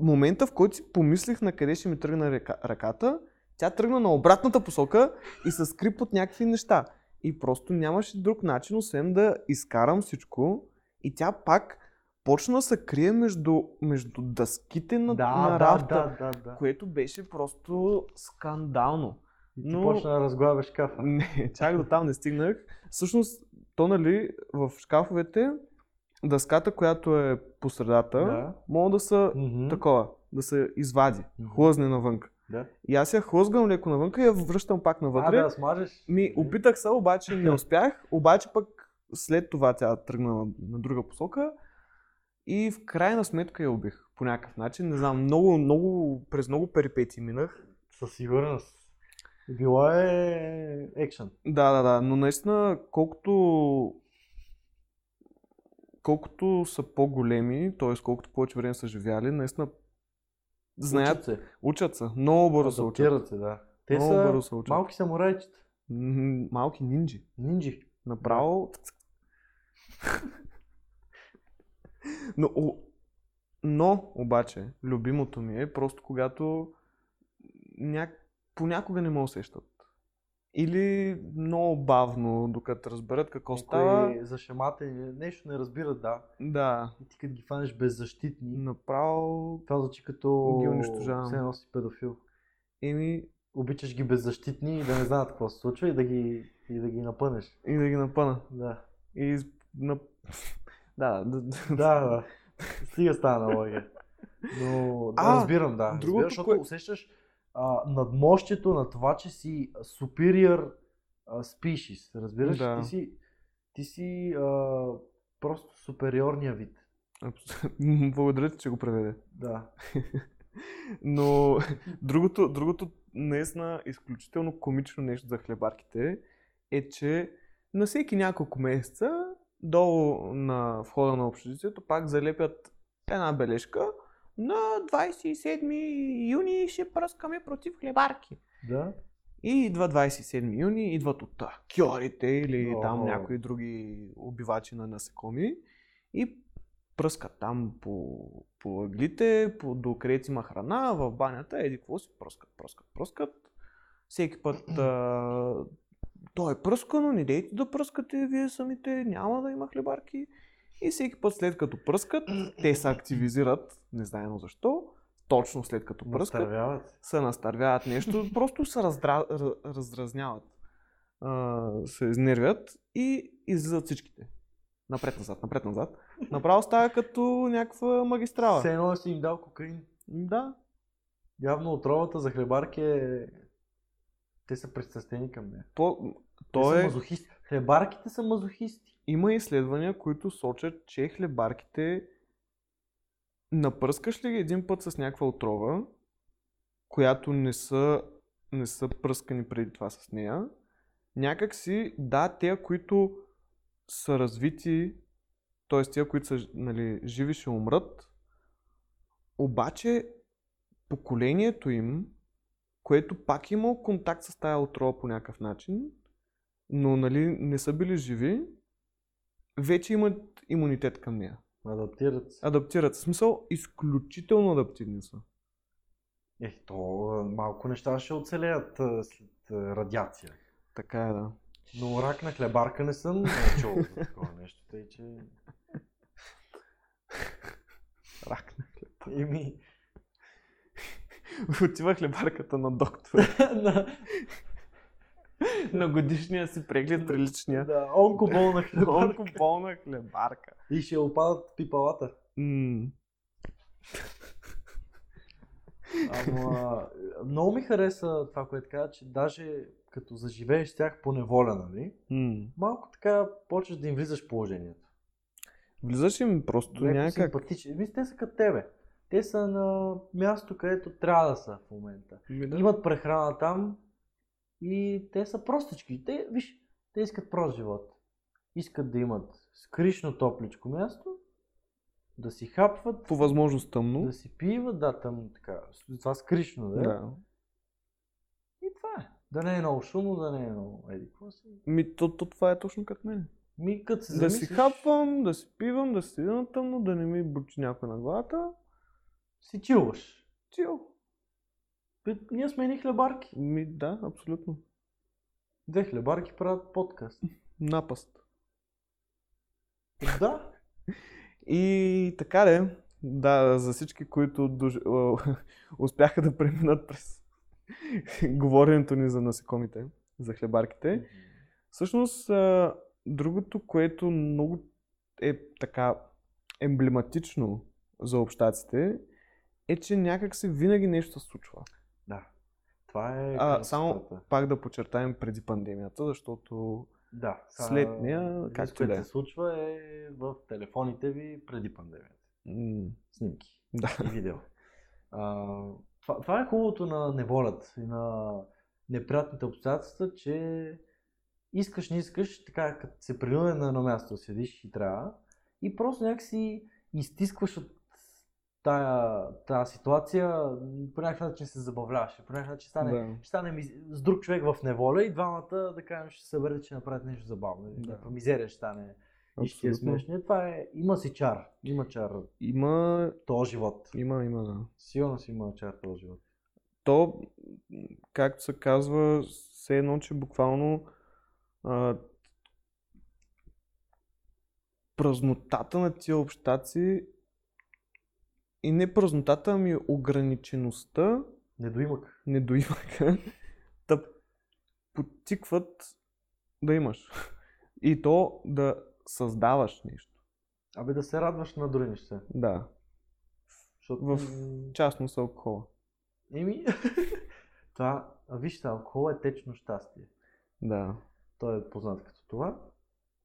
A: момента, в който си помислих на къде ще ми тръгне ръка, ръката, тя тръгна на обратната посока и се скри под някакви неща. и просто нямаше друг начин, освен да изкарам всичко и тя пак почна да се крие между, между дъските на, на рафта,
B: да, да, да.
A: което беше просто скандално.
B: И ти
A: но-
B: почна да разглавяш шкафа.
A: Не, чак до там не стигнах. Всъщност, то нали, в шкафовете, дъската, която е по средата,
B: Да.
A: мога да се
B: Мгм.
A: такова, да се извади,
B: Мгм.
A: хлъзне навън.
B: Да.
A: И аз я хлъзгам леко навънка и я връщам пак навътре.
B: А, да, смажеш.
A: Ми, опитах се, обаче не успях. Обаче пък след това тя тръгна на, на друга посока и в крайна сметка я убих по някакъв начин. Не знам, много, много, през много перипети минах.
B: Със сигурност. Било е екшен.
A: Да, да, да, но наистина колкото колкото са по-големи, т.е. колкото повече време са живяли, наистина знаят,
B: Учат се.
A: учат се. Много бързо се учат.
B: Адаптират се, да. Те
A: Много бързо
B: са
A: се учат.
B: малки самурайчета.
A: М, Малки нинджи.
B: Нинджи.
A: Направо. Но, о, но, обаче, любимото ми е просто когато ня... понякога не ме усещат. Или много бавно, докато разберат какво става.
B: Някои за шамата и нещо не разбират, да.
A: Да,
B: И ти като ги фанеш беззащитни,
A: направо.
B: това звучи като...
A: Ги унищожавам.
B: Все едно си педофил.
A: Еми,
B: Обичаш ги беззащитни и да не знаят какво се случва и да ги, и да ги напънеш.
A: и да ги напъна.
B: Да.
A: И из- на... Да, да, да.
B: Да, да. Стига с тази аналогия. Но да,
A: А,
B: разбирам, да.
A: другото,
B: Разбирам, защото
A: кое-
B: усещаш а, надмощието на това, че си superior а, species. Разбираш?
A: Да.
B: Ти си, ти си а, просто супериорния вид.
A: Абсолютно. Благодаря ти, че го преведе.
B: Да.
A: Но другото, другото наистина изключително комично нещо за хлебарките е, че на всеки няколко месеца долу на входа на общежитието пак залепят една бележка на 27 юни ще пръскаме против хлебарки.
B: Да.
A: И идва 27 юни, идват от а, кьорите или там
B: О.
A: някои други убивачи на насекоми и пръскат там по, по ъглите, по, до където има храна, в банята, еди какво си, пръскат, пръскат, пръскат. Всеки път а, то е пръскано, не дейте да пръскате вие самите, няма да има хлебарки. И всеки път след като пръскат, те се активизират, не знаем защо, точно след като пръскат,
B: Настървяват се.
A: се настървяват нещо, просто се раздра... ра- раздразняват, а, се изнервят и излизат всичките. Напред-назад, напред-назад. Направо става като някаква магистрала.
B: Все едно си им дал кокаин.
A: Да,
B: Явно отровата за хлебарки е... Те са пристрастени към нея.
A: по...
B: Те
A: то
B: са
A: е...
B: мазохисти. Хлебарките са мазохисти.
A: Има изследвания, които сочат, че хлебарките напръскаш ли ги един път с някаква отрова, която не са, не са пръскани преди това с нея, някак си, да, те, които са развити, т.е. те, които са нали, живи, ще умрат, обаче поколението им, което пак е имало контакт с тая отрова по някакъв начин, но нали, не са били живи, вече имат имунитет към нея.
B: Адаптират се.
A: Адаптират се. В смисъл, изключително адаптивни са.
B: Ех, то а, малко неща ще оцелеят а, след а, радиация.
A: Така е, да.
B: Но рак на хлебарка не съм а, чул за такова нещо, тъй че...
A: Рак.
B: Еми...
A: Отива хлебарката на доктора.
B: на,
A: на годишния си преглед при личния.
B: да, онкоболна хлебарка.
A: Колко болна хлебарка.
B: И ще опадат пипалата.
A: М,
B: Ама, много ми хареса това, което каза, че даже като заживееш с тях по неволя, нали?
A: м.
B: Малко така почваш да им влизаш в положението.
A: Влизаш им просто
B: Леко
A: някак.
B: симпатичен. Мисля, те са като тебе. Те са на място, където трябва да са в момента.
A: Ми да.
B: Имат прехрана там и те са простички. Те, виж, те искат прост живот. Искат да имат скришно топличко място, да си хапват,
A: По възможност тъмно.
B: да си пиват, да, там така. Това скришно, да.
A: Да.
B: И това е. Да не е много шумно, да не е много. Еди, какво си?
A: Ми, то, то, това е точно като мен.
B: Ми, като се
A: Да си
B: замислиш,
A: хапвам, да си пивам, да си седя на тъмно, да не ми бучи някой на главата.
B: си чилваш.
A: Чил.
B: Бе, Ние сме едни хлебарки.
A: Ми, да, абсолютно.
B: Две хлебарки правят подкаст.
A: Напаст.
B: Да.
A: И така де, да, за всички, които дож... успяха да преминат през говоренето ни за насекомите, за хлебарките. Всъщност, а, другото, което много е така емблематично за общаците, е, че някак се винаги нещо се случва.
B: Да. Това е.
A: А, само
B: красотата.
A: пак да подчертаем преди пандемията, защото
B: Да. са-
A: след нея,
B: всичко,
A: както
B: което
A: да е.
B: се случва е в телефоните ви преди пандемията.
A: м,
B: Снимки.
A: да,
B: и видео. А, това, това е хубавото на неволят и на неприятните обстоятелства, че искаш, не искаш, така като се принуден на едно място да седиш и трябва, и просто някакси изтискваш от тая, тая ситуация, по някакъв начин се забавляваш, по някакъв начин стане, да.
A: да.
B: ще станем из- с друг човек в неволя и двамата, да кажем, ще се съберете, ще направят нещо забавно,
A: Да.
B: да. някаква мизерия ще стане и ще е
A: Абсолютно.
B: смешно. И Това е, има си чар, има чар
A: Има,
B: този живот.
A: има, има, да.
B: Сигурно си има чар този живот.
A: то, м, както се казва, все едно, че буквално а, празнотата на тия общаци и не празнотата, ами ограничеността,
B: Недоимък.
A: недоимъка, да потикват да имаш. И то да създаваш нещо.
B: Абе да се радваш на други неща.
A: Да.
B: Защото...
A: В-
B: м,
A: Частно с алкохола.
B: Еми... това, а вижте, алкохол е течно щастие.
A: Да.
B: Той е познат като това.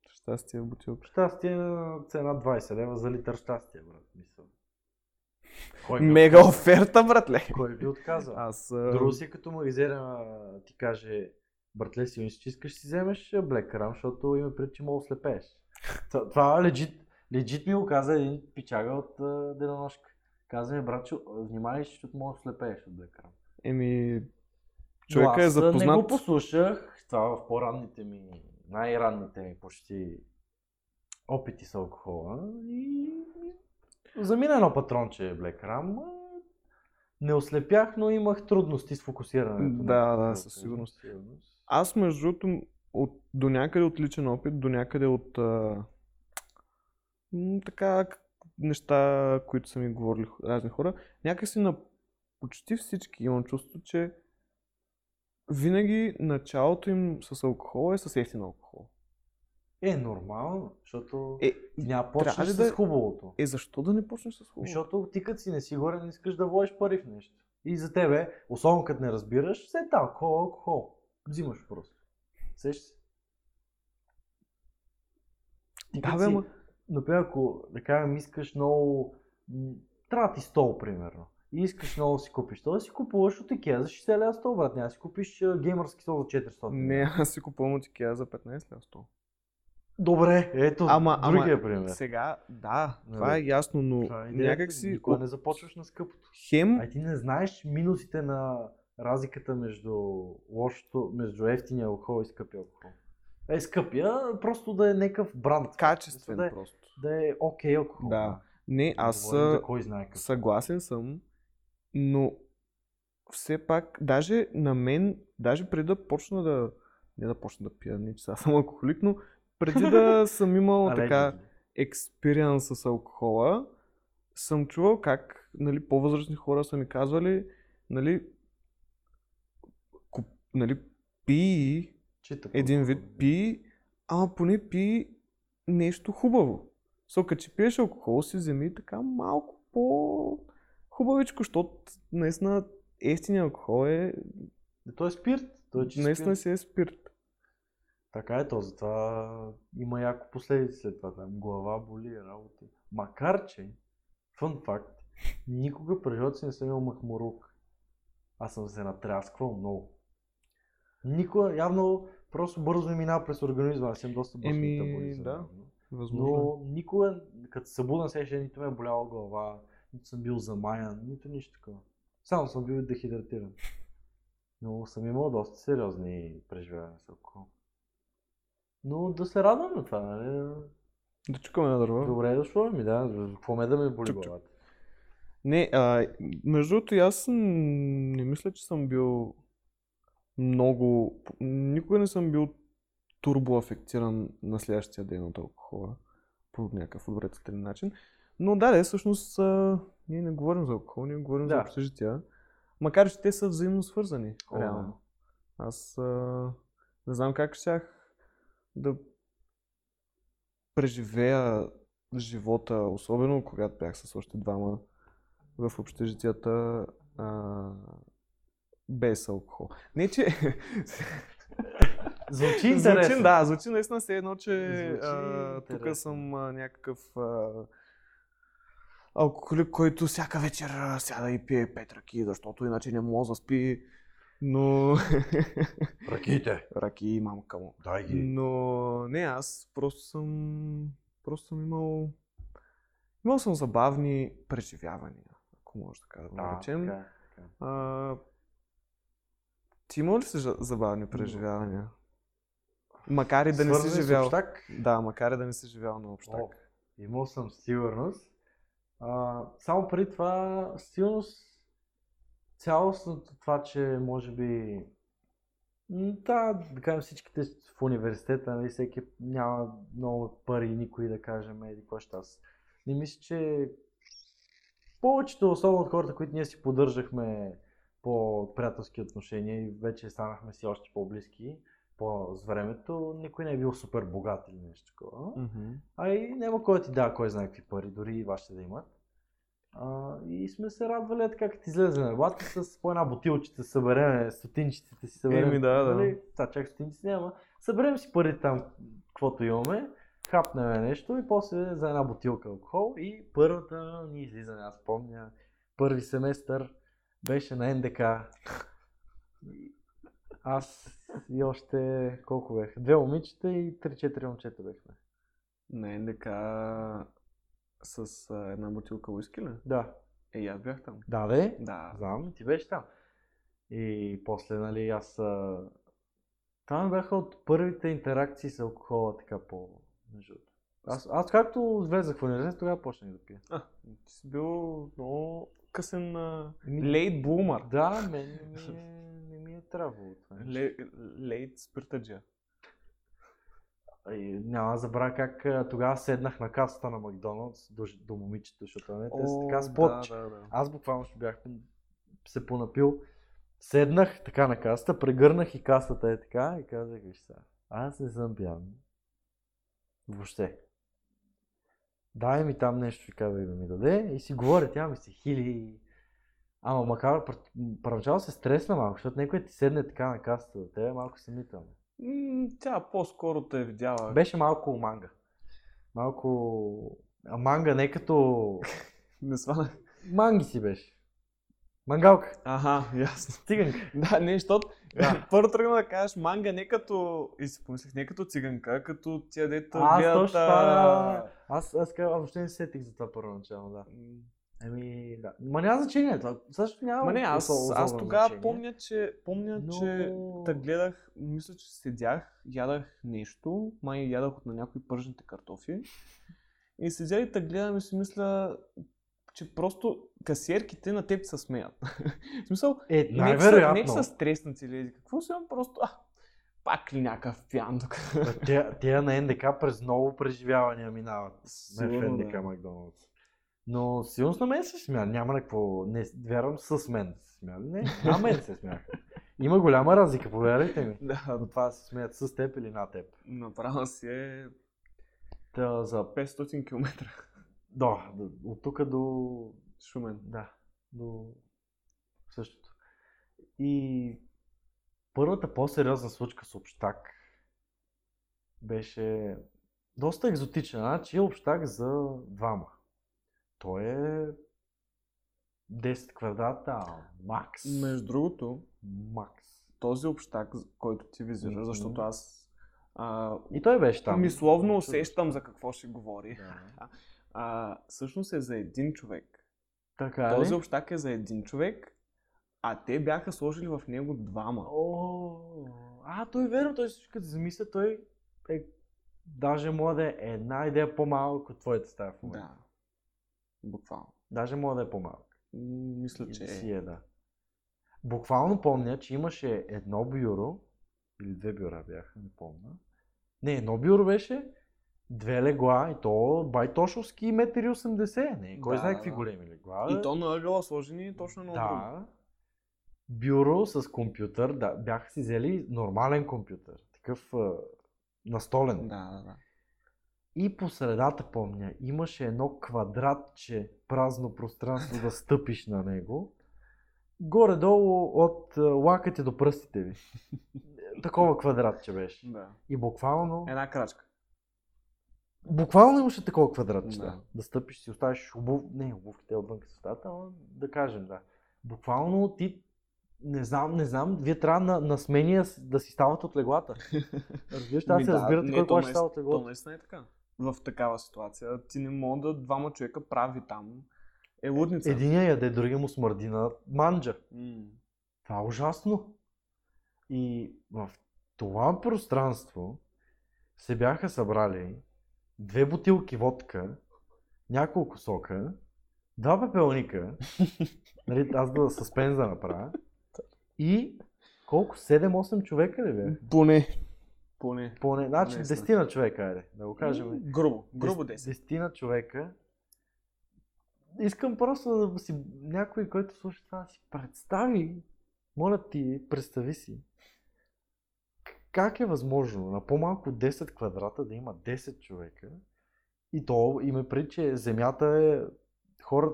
A: Щастие в бутилка.
B: Щастие е на цена 20 лева за литър щастие, брат. Мисъл. Кой би
A: Мега
B: отказал?
A: оферта, братле!
B: Кой би отказал?
A: Аз... а,
B: Друго си е като магазина ти каже, братле, сигурно си, че искаш си вземеш Black Ram, защото има пред, че мога да слепееш. Т- Това легит, легит ми го каза един пичага от а, денонощка. Каза ми, братчо, внимавай, защото мога да слепееш от Black Ram.
A: Еми,
B: Но
A: човека е
B: аз, а, Не го
A: запознат.
B: послушах, това в по-ранните ми, най-ранните ми почти опити с алкохола и замина едно патронче Black Ram. а, Не ослепях, но имах трудности с фокусирането. на
A: Да, да,
B: алкохола,
A: със сигурност.
B: сигурност.
A: Аз, между другото, от, до някъде от личен опит, до някъде от а, м, така к- неща, които са ми говорили х- разни хора, някакси на почти всички имам чувство, че винаги началото им с алкохола е с ефтин алкохол.
B: Е, нормално, защото
A: Е,
B: ти няма почнеш
A: ли
B: с
A: да-
B: хубавото.
A: е защо да не почнеш с хубаво?
B: Защото ти като си несигурен, искаш да вложиш пари в нещо. И за тебе, особено като не разбираш, все е алкохол, алкохол. Взимаш просто. Сещаш се? Ти
A: Да,
B: като
A: бе,
B: си-
A: ама...
B: например, ако, да кажем, искаш много... м, Трябва ти стол, примерно. И искаш много да си купиш. То да си купуваш от Ikea за 60 лева стол, брат. Няма да си купиш а, геймърски стол за 400.
A: Не, аз си купувам от Икеа за 15 на 100.
B: Добре, ето
A: Ама- ама-
B: другия пример.
A: Сега, да,
B: Нали?
A: това е ясно, но
B: Това е идеята,
A: някакси
B: Никога не започваш на скъпото.
A: хем
B: А ти не знаеш минусите на разликата между лошото, между ефтиния алкохол и скъпия алкохол. Е, скъпия, просто да е някакъв бранд.
A: качествен
B: Да е,
A: просто.
B: да е окей алкохол.
A: Да. Не, аз
B: Говорим за
A: а,
B: кой знае какво.
A: съгласен съм, но все пак, даже на мен, даже преди да почна да, не да почна да пия, не че сега съм алкохолик, но преди да съм имал така
B: Алергия.
A: експириенс с алкохола, съм чувал как нали, по-възрастни хора са ми казвали, нали, куп, нали, пи
B: Чита,
A: един вид пи, ама поне пи нещо хубаво. Сока, че пиеш алкохол, си вземи така малко по-хубавичко, защото наистина ефтиния алкохол е,
B: Да, Той е спирт. Той е чист
A: наистина
B: спирт.
A: си е спирт.
B: Така е то, затова има яко последици след това. Там глава боли, работи. Макар че, фън факт, никога през живота си не съм имал махмурук. Аз съм се натрясквал много. Никога, явно, просто бързо ми минава през организма. Аз съм доста бърз
A: Еми,
B: метаболизъм.
A: да.
B: явно.
A: Възможно.
B: Но никога, като се събудна сеща, нито ме е боляла глава, нито съм бил замаян, нито нищо такова. Само съм бил дехидратиран. Но съм имал доста сериозни преживявания с алкохол. Но да се радвам на това, нали?
A: Да чукаме на дърво.
B: Добре е дошло ми, да. Какво ме да ме боли
A: Чук, чук.
B: главата?
A: Не, а, между другото, и аз м, не мисля, че съм бил много... Никога не съм бил турбоафектиран на следващия ден от алкохола по някакъв отвратителен начин. Но да, да, всъщност а, ние не говорим за алкохол, ние говорим за
B: Да.
A: общежития. Макар, че те са взаимно свързани,
B: О, да.
A: реално. Аз а, не знам как щях да преживея живота, особено когато бях с още двама в общежитията а, без алкохол. Не, че...
B: Звучи
A: звучи,
B: интересно.
A: да, звучи наистина все едно, че
B: Звучи
A: а, тук
B: интересно.
A: съм а, някакъв а, алкохолик, който всяка вечер а, сяда и пие пет ръки, защото иначе не мога да спи. Но
B: Ръките,
A: ръки мамка му.
B: дай ги.
A: Но не, аз просто съм. Просто съм имал. Имал съм забавни преживявания, ако може така е. да го
B: Да,
A: наречем.
B: така.
A: А, ти имал ли си жа- забавни преживявания? Макар и да не
B: Свързани
A: си
B: с
A: живял.
B: общак,
A: Да, макар и да не си живял на общак.
B: О, имал съм сигурност. А, само преди това, сигурност, цялостното това, че може би, м, да, да кажем всичките в университета, нали, всеки няма много пари, никой да кажем, еди, какво ще аз. Не мисля, че повечето, особено от хората, които ние си поддържахме по-приятелски отношения и вече станахме си още по-близки по- с времето, никой не е бил супер богат или нещо такова.
A: Мгм.
B: А и няма кой да ти дава кой знае какви пари, дори и вашите да имат. А, и сме се радвали е така, като излезе на бата с по една бутилчета, съберем стотинчиците си, съберем.
A: Еми, да, да.
B: нали? Та, чак стотинци няма. Съберем си пари там, каквото имаме, хапнем нещо и после за една бутилка алкохол и първата ни излизане, аз помня, първи семестър беше на НДК. Аз и още колко бях? Две момичета и 3-4 момчета бяхме.
A: На НДК с а, една бутилка уиски ли?
B: Да.
A: Е, и аз бях там.
B: Да, де.
A: Да.
B: Знам, ти беше там. И после, нали, аз... а, Там бяха от първите интеракции с алкохола, така по... Между... другото. Аз, аз както влезах в университет, тогава почнах да пия.
A: А, ти си бил много късен а,
B: Ми-
A: лейт бумър.
B: Да, мен не ми е, не ми е трябвало това. нещо.
A: Ле, лейт спиртаджия.
B: И няма да забравя как а, тогава седнах на касата на Макдоналдс до, ж- до момичето, защото не, те са така с
A: да,
B: плочи.
A: да, да.
B: Аз буквално ще бях се понапил. Седнах така на касата, прегърнах и касата е така и казах, виж сега, аз не съм пиян. Въобще. Дай ми там нещо, и казах да ми даде. И си говоря, тя ми се хили. Ама макар, пр- първоначално се стресна малко, защото някой ти седне така на касата до тебе, е малко съмнително.
A: М, Тя по-скоро те е видяла.
B: Беше малко манга. Малко... А манга не като...
A: Не свана.
B: Манги си беше. Мангалка.
A: Аха, ясно.
B: Циганка.
A: Да, не, защото
B: Да.
A: първо тръгна да кажеш манга не като, и си помислих, не като циганка, като тия дета
B: Аз
A: гледат,
B: точно
A: а,
B: това, да. Аз, аз, казвам, аз въобще не се сетих за това първоначално, да.
A: м,
B: Еми, да. Ма няма значение това. Също няма
A: Ма не, аз,
B: особено
A: аз тогава
B: значение,
A: помня, че, помня,
B: но...
A: че та гледах, мисля, че седях, ядах нещо, май ядах от на някои пържните картофи. И седя и та гледам и си мисля, че просто касиерките на теб се смеят. В смисъл,
B: Е,
A: не че са,
B: най-вероятно.
A: не че са стреснати или еди какво си имам, просто а, пак ли някакъв пиян тук?
B: Бе, те, те на НДК през много преживявания минават. Не в
A: Сигурно,
B: НДК
A: да.
B: Макдоналдс. Но сигурно на мен се смя. Няма на какво. Не, вярвам, с мен се смя. Не, на мен се смяха. Има голяма разлика, повярвайте ми.
A: Да,
B: От това да се смеят с теб или на теб.
A: направо си е
B: Та, за...
A: 500 км.
B: Да, от тук до
A: Шумен.
B: Да, до същото. И първата по-сериозна случка с общак беше доста екзотична. Значи е общак за двама. Той е 10 квадрата, макс.
A: Между другото,
B: Макс.
A: този общак, за който ти визираш,
B: Мгм.
A: защото аз а,
B: И той беше там.
A: мисловно
B: Чудо.
A: усещам за какво ще говори.
B: Да.
A: А, всъщност е за един човек.
B: Така ли?
A: Този общак е за един човек, а те бяха сложили в него двама.
B: О, а, той верно, той всичко като замисля, той е даже може да е една идея по-малко от твоята стая в момента.
A: Да. Буквално.
B: Даже може да е по-малък.
A: М, Мисля,
B: И
A: че
B: Си
A: е.
B: е, да. буквално помня, че имаше едно бюро, или две бюра бяха, не помня. Не, едно бюро беше, две легла и то байтошовски 1,80 м. Не, кой
A: Да,
B: знае
A: да,
B: какви
A: да.
B: големи легла. бе.
A: И то на ъгъла сложени е точно едно от друго.
B: Да. Бюро с компютър, да, бяха си взели нормален компютър, такъв а, настолен.
A: Да, да, да.
B: И по средата, помня, имаше едно квадратче, празно пространство да стъпиш на него. Горе-долу от а, лакътя до пръстите ви. Такова квадратче беше.
A: да.
B: И буквално...
A: Една крачка.
B: Буквално имаше такова квадратче. Да.
A: Да.
B: да стъпиш, си оставиш обув... Не, обувките отвън като стата, ама да кажем, да. Буквално ти не знам, не знам, вие трябва на, на смения с- да си стават от леглата. Разбираш,
A: Ми Ами
B: трябва да се
A: да,
B: разбирате
A: не,
B: кой
A: то
B: кой ще
A: наистина-
B: става от
A: То
B: леглата.
A: наистина е така. В такава ситуация ти не мога да двама човека прави там. Е лудница.
B: Единия яде, другия му смърди на манджа.
A: М.
B: Това е ужасно. И в това пространство се бяха събрали две бутилки водка, няколко сока, два пепелника, нали, аз да съспенза направя, и колко? 7-8 човека ли бяха?
A: Поне. Поне.
B: Поне, значи
A: Наистина.
B: 10 човека, айде, да го кажем.
A: Грубо. Грубо 10.
B: Десетина човека. Искам просто да си, някой, който слуша това, да си представи, моля ти, представи си, к- как е възможно на по-малко 10 квадрата да има 10 човека и то има пред, че земята е хора,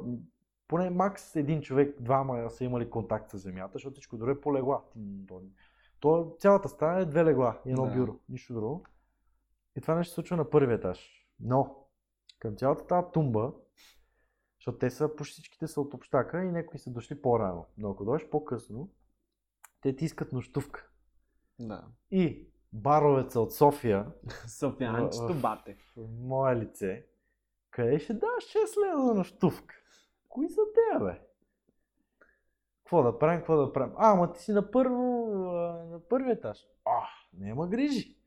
B: поне макс един човек, двама са имали контакт с земята, защото всичко друго е по легла. Ти- То, то цялата стая е две легла и едно
A: Да.
B: бюро, нищо друго. И това нещо се случва на първи етаж. Но към цялата тази тумба, защото те са, почти всичките са от общака и някои са дошли по-рано. Но ако дойдеш по-късно, те ти искат нощувка.
A: Да.
B: И баровеца от София,
A: Софианчето
B: В-
A: бате.
B: в мое лице, къде ще даш 6 лева за нощувка? Кои са те, бе? Какво да правим, какво да правим? А, ама ти си на първо, а, на първи етаж. А, няма грижи.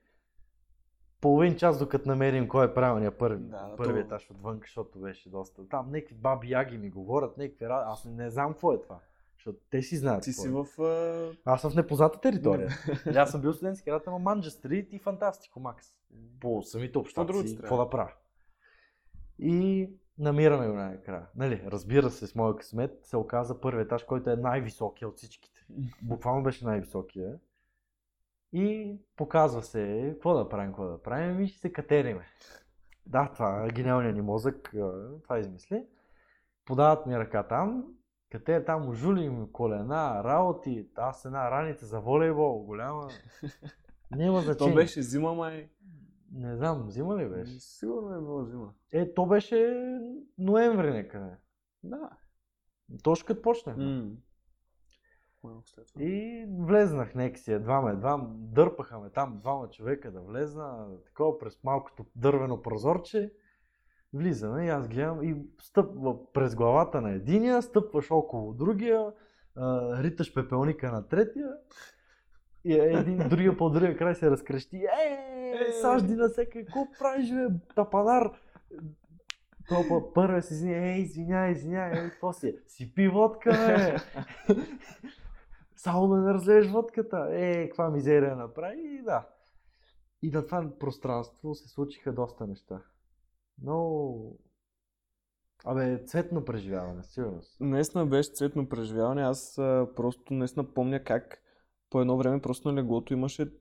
B: Половин час, докато намерим кой е правилният първи,
A: Да, да,
B: първи
A: то-
B: етаж отвън, защото беше доста. Там някакви баби яги ми говорят, някакви ра- Аз не знам какво е това. Защото те си знаят.
A: Ти
B: какво
A: си
B: е.
A: в... а,
B: Аз съм в непозната територия. Или Аз съм бил студент с играта на Манджа Стрит и Фантастико Макс. По самите
A: друго
B: общаци,
A: ти
B: какво
A: трябва?
B: да правя. И намираме го накрая. Нали, разбира се, с моя късмет се оказа първи етаж, който е най-високия от всичките. Буквално беше най-високия. И показва се, какво да правим, какво да правим и ще се катериме. Да, това е гениалният ни мозък, а, това измисли. Подават ми ръка там, къде е там жули ми колена, работи, аз една раница за волейбол, голяма. Няма значение.
A: То беше зима, май.
B: Не знам, зима ли беше?
A: Сигурно е било зима.
B: Е, то беше ноември някъде.
A: Да.
B: Точно като почнах.
A: М. Малко след това.
B: И влезнах некси, едва ме, едва ме- дърпаха ме там двама човека да влезна, такова през малкото дървено прозорче. Влизаме и аз гледам и стъпва през главата на единия, стъпваш около другия, а, риташ пепелника на третия. И е един другия по другия край се разкрещи. Е,
A: Е!
B: сажди на всеки, какво правиш, бе, тапанар? Топа първа си извиня, ей, извиняй, извиняй, ей, какво си? е? Си пи водка, бе! Само да не разлееш водката. Е, каква мизерия направи и да. И на това пространство се случиха доста неща. Но... Абе, цветно преживяване, сигурност.
A: наистина беше цветно преживяване. Аз а, просто наистина помня как по едно време просто на леглото имаше...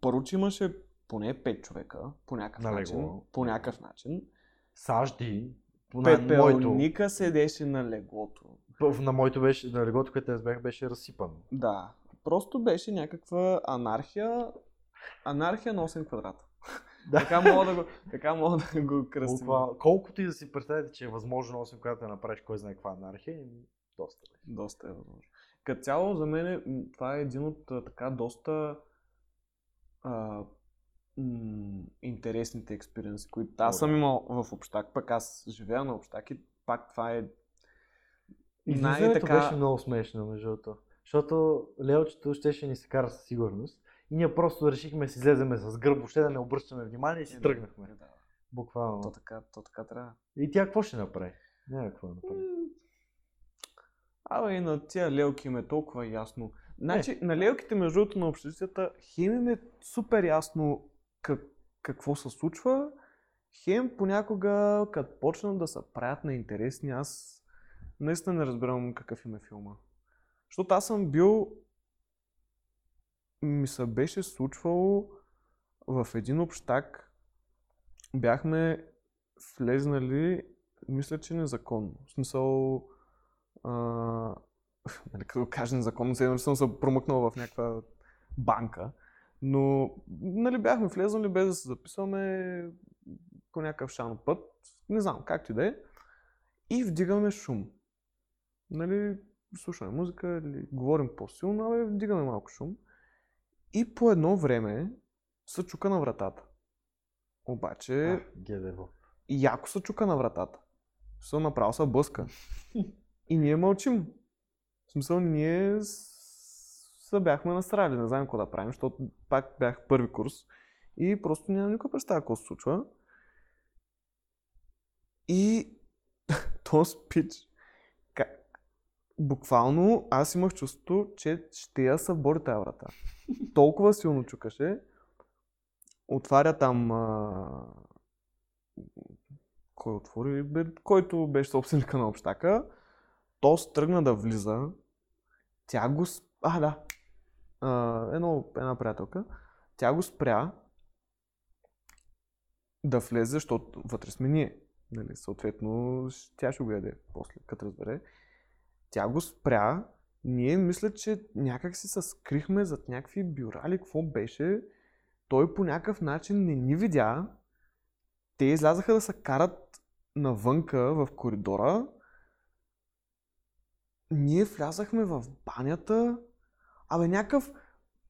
A: Първо, че имаше поне 5 човека, по някакъв
B: На
A: начин.
B: легло.
A: По някакъв начин.
B: Сажди, на моето,
A: Пепелника седеше на леглото.
B: на моето беше, на легото, което аз бях, беше разсипано.
A: Да. Просто беше някаква анархия. Анархия на 8 квадрата.
B: Да.
A: така мога да го, така мога да го кръстим.
B: Буква, колкото и да си представите, че е възможно 8, която да направиш, кой знае каква анархия, им доста.
A: Доста е възможно. Като цяло, за мен е, м, това е един от а, така доста а, м- интересните експериенси, които аз
B: Добре.
A: съм имал в Общак. Пък аз живея на Общак и пак това е
B: Излизането
A: най-така...
B: беше много смешно, между другото. Защото Леочето щеше ни се кара със сигурност. И ние просто решихме да си излеземе с гръб, въобще да не обръщаме внимание и си
A: Е, да,
B: тръгнахме.
A: Да, то
B: Буквално.
A: така, то така трябва.
B: И тя какво ще направи? Няма какво да направи.
A: М, Абе и на тия лелки им е толкова ясно. Значи на лелките между другото на общежитията хем им е супер ясно как, какво се случва, хем понякога като почнат да се правят на интересни, аз наистина не разбирам какъв им е филма. Защото аз съм бил, ми се беше случвало в един общак, бяхме влезнали, мисля, че незаконно. В смисъл, а, нали, като го кажа незаконно, все едно, че съм се промъкнал в някаква банка. Но нали, бяхме влезнали без да се записваме по някакъв шан път, не знам, както и да е. И вдигаме шум. Нали, слушаме музика или говорим по-силно, абе, вдигаме малко шум. И по едно време се чука на вратата. Обаче,
B: А, Гедево.
A: и яко се чука на вратата. Се направо се блъска. И ние мълчим. В смисъл, ние с- се бяхме настрали, не знаем какво да правим, защото пак бях първи курс и просто нямам никаква представа какво се случва. И този спич, как... буквално аз имах чувството, че ще я събори тая врата. Толкова силно чукаше. Отваря там а, кой отвори, бе, който беше собственика на общака, то тръгна да влиза, тя го... с- А, да. А, едно, една приятелка. Тя го спря да влезе, защото вътре сме ние. Нали, съответно, щ- тя ще го яде после, като разбере. Тя го спря. Ние мисля, че някак си се скрихме зад някакви бюра или какво беше. Той по някакъв начин не ни видя, те излязаха да се карат навънка в коридора. Ние влязахме в банята. Абе, някакъв...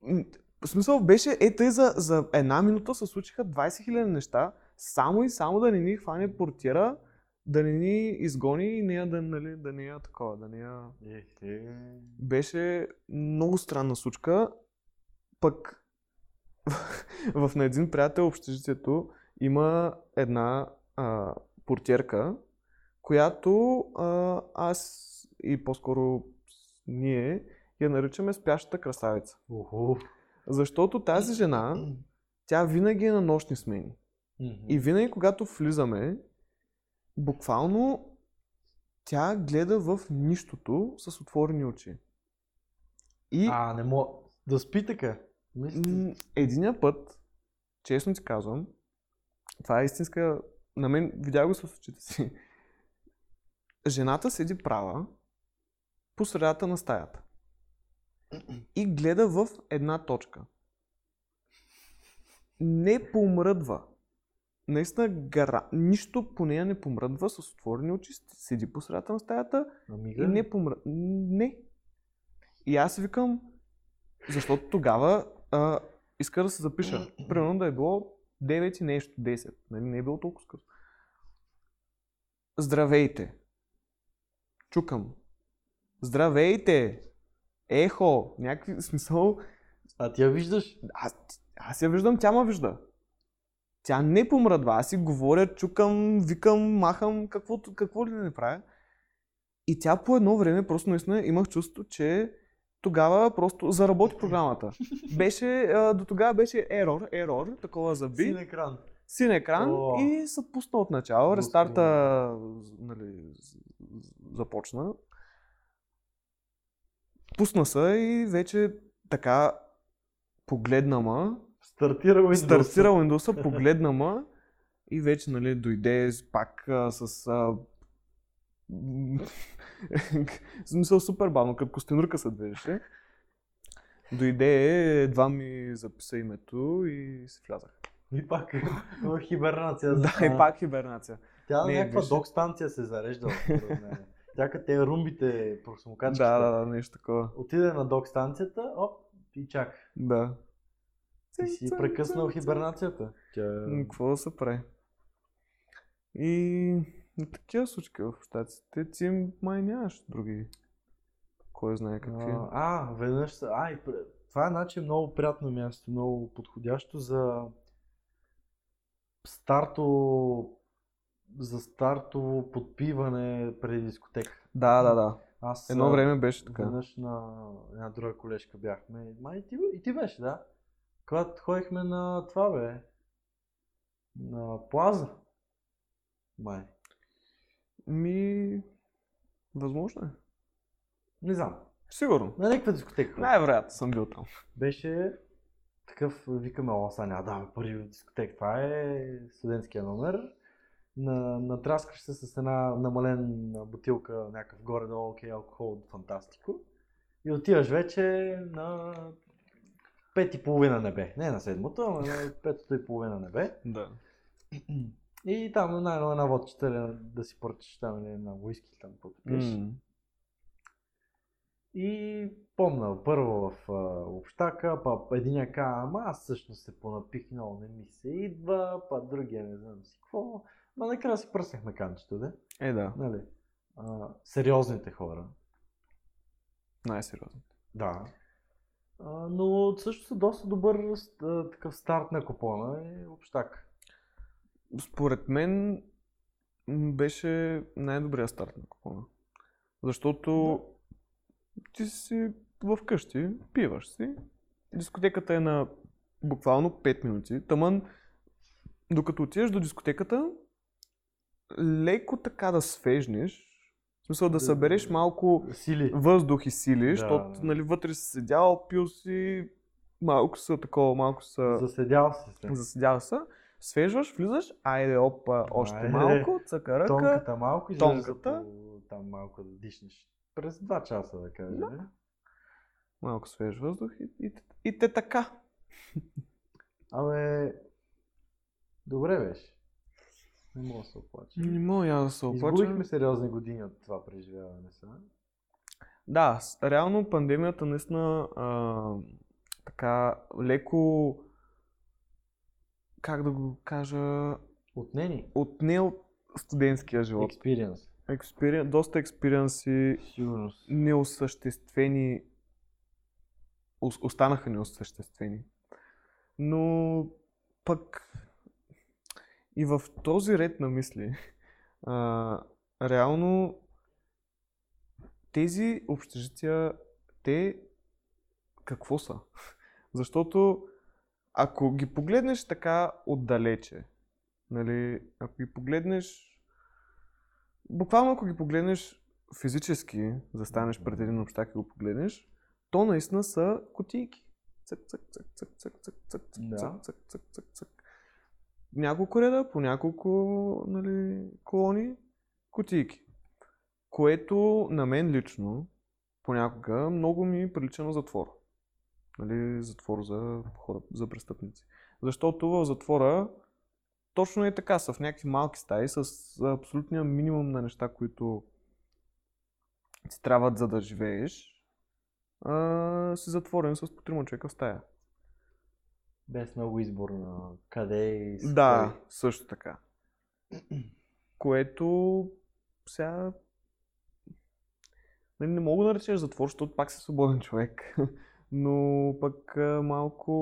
A: м, В смисъл беше, е тъй за, за една минута се случиха 20 000 неща, само и само да не ни хване портира, да не ни изгони и нея да, нали, да не я такова, да не я
B: Ехе.
A: беше много странна случка. Пък в на един приятел общежитието има една а, портиерка, която а, аз и по-скоро с- ние я наричаме спящата красавица.
B: Уху.
A: Защото тази жена, тя винаги е на нощни смени. И
B: И...
A: винаги, когато влизаме, буквално тя гледа в нищото с отворени очи. И
B: А, не мога. Да спи така. Мисли.
A: М, Единия път, честно ти казвам, това е истинска... На мен видях го с очите си. Жената седи права по средата на стаята и гледа в една точка. Не помръдва. Наистина, гара... нищо по нея не помръдва с отворени очи, седи по средата на стаята
B: Амига.
A: и не помръ... Не. И аз си викам, защото тогава а, иска да се запиша. Примерно да е било 9 и нещо, 10. Нали? Не е било толкова скъпо. Здравейте. Чукам. Здравейте! Ехо! Някакви смисъл.
B: А ти я виждаш?
A: Аз, аз я виждам, тя ма вижда. Тя не помръдва. Аз си говоря, чукам, викам, махам, каквото, какво ли да не правя. И тя по едно време, просто наистина имах чувство, че тогава просто заработи програмата. Беше, а, до тогава беше ерор, ерор, такова заби,
B: Син екран.
A: син екран
B: О.
A: и се пусна от начало.
B: Господи.
A: Рестарта нали, з- з- започна. Пусна се и вече така погледна ма,
B: Стартира Windows.
A: Стартира Windows, погледна ма и вече нали, дойде с- пак а, с... А... м, в смисъл супер бавно, като костенурка се движеше. Дойде, едва ми записа името и си влязах.
B: И пак. в Хибернация.
A: Да, и
B: А,
A: пак хибернация.
B: Тя на
A: не,
B: някаква
A: виж.
B: док станция се е зареждала. според мен. Тя като те румбите, проксимокачките.
A: Да, да, да, нещо такова.
B: Отиде на док станцията, оп, и чак.
A: Да.
B: Ти си прекъснал хибернацията. Тя...
A: М, Какво да се прави? И на такива случки в щатите ти май нямаш други. Кой знае какви.
B: А, а, веднъж са... А, и... пр- това е значи много приятно място, много подходящо за старто за стартово подпиване преди дискотека.
A: Да, да, да.
B: Аз
A: Едно
B: а,
A: време беше така.
B: Веднъж на една друга колежка бяхме. Ма и ти, и ти беше, да. Когато ходихме на това, бе. На плаза. Май.
A: Ми... Възможно е.
B: Не знам.
A: Сигурно.
B: На някаква дискотека.
A: Най-вероятно съм бил там.
B: Беше такъв, викаме, о, сега няма да даваме пари в дискотека. Това е студентския номер. На, надраскаш се с една намалена бутилка, някакъв горе-долу, окей, алкохол от фантастико. И отиваш вече на пет и половина небе. Не на седмото, ама на петото и половина небе.
A: Да.
B: И там най-ново една водчета ли, да си поръчаш там или на уиски там каквото пиеш.
A: М.
B: И помна, първо в а, общака, па единия ка, ама аз всъщност се понапих, много не ми се идва, па другия не знам си какво. Ма накрая си пръснахме канчето, да?
A: Е, да.
B: Нали? А, сериозните хора.
A: Най-сериозно.
B: Да. А, но също са доста добър а, такъв старт на купона и общак.
A: Според мен м, беше най-добрият старт на купона. Защото ти си вкъщи, пиваш си. Дискотеката е на буквално 5 минути. Таман, докато отидеш до дискотеката, леко така да свежнеш, в смисъл да
B: Да.
A: събереш малко
B: Сили.
A: въздух и сили,
B: Да,
A: защото
B: да.
A: нали, вътре си седял, пил си, малко са такова, малко са...
B: Заседял си се.
A: Заседял са, свежваш, влизаш, айде опа, още
B: Айде.
A: малко, цъка ръка.
B: Тонката малко и
A: тонката.
B: тонката. там малко да дишнеш. През 2 часа, да кажем. Да.
A: Малко свеж въздух и, и, и те така.
B: Абе, добре беше. Не мога да се оплача.
A: Не мога я да се оплача.
B: Изгубихме сериозни години от това преживяване сега.
A: Да, с- реално пандемията наистина а, така леко, как да го кажа,
B: Отнени.
A: отне от студентския живот.
B: Експириенс.
A: Експери... Доста експириенси
B: Сигурност.
A: неосъществени ос- останаха неосъществени. Но пък и в този ред на мисли, а, реално тези общежития, те какво са? Защото ако ги погледнеш така отдалече, нали, ако ги погледнеш, буквално ако ги погледнеш физически, застанеш пред един общак и го погледнеш, то наистина са кутийки. Цък, цък, цък, цък, цък, цък, цък, цък,
B: Да.
A: цък, цък, цък, цък, цък. Няколко реда, по няколко нали, колони, кутийки. Което на мен лично понякога много ми прилича на затвор. Нали, затвор за хора, за престъпници. Защото в затвора точно е така, са в някакви малки стаи с абсолютния минимум на неща, които ти трябват за да живееш. А, си затворен с по трима човека в стая.
B: Без много избор на къде и с
A: Да, също така. Което сега... Нали, не мога да речеш затвор, защото пак си свободен човек. Но пък а, малко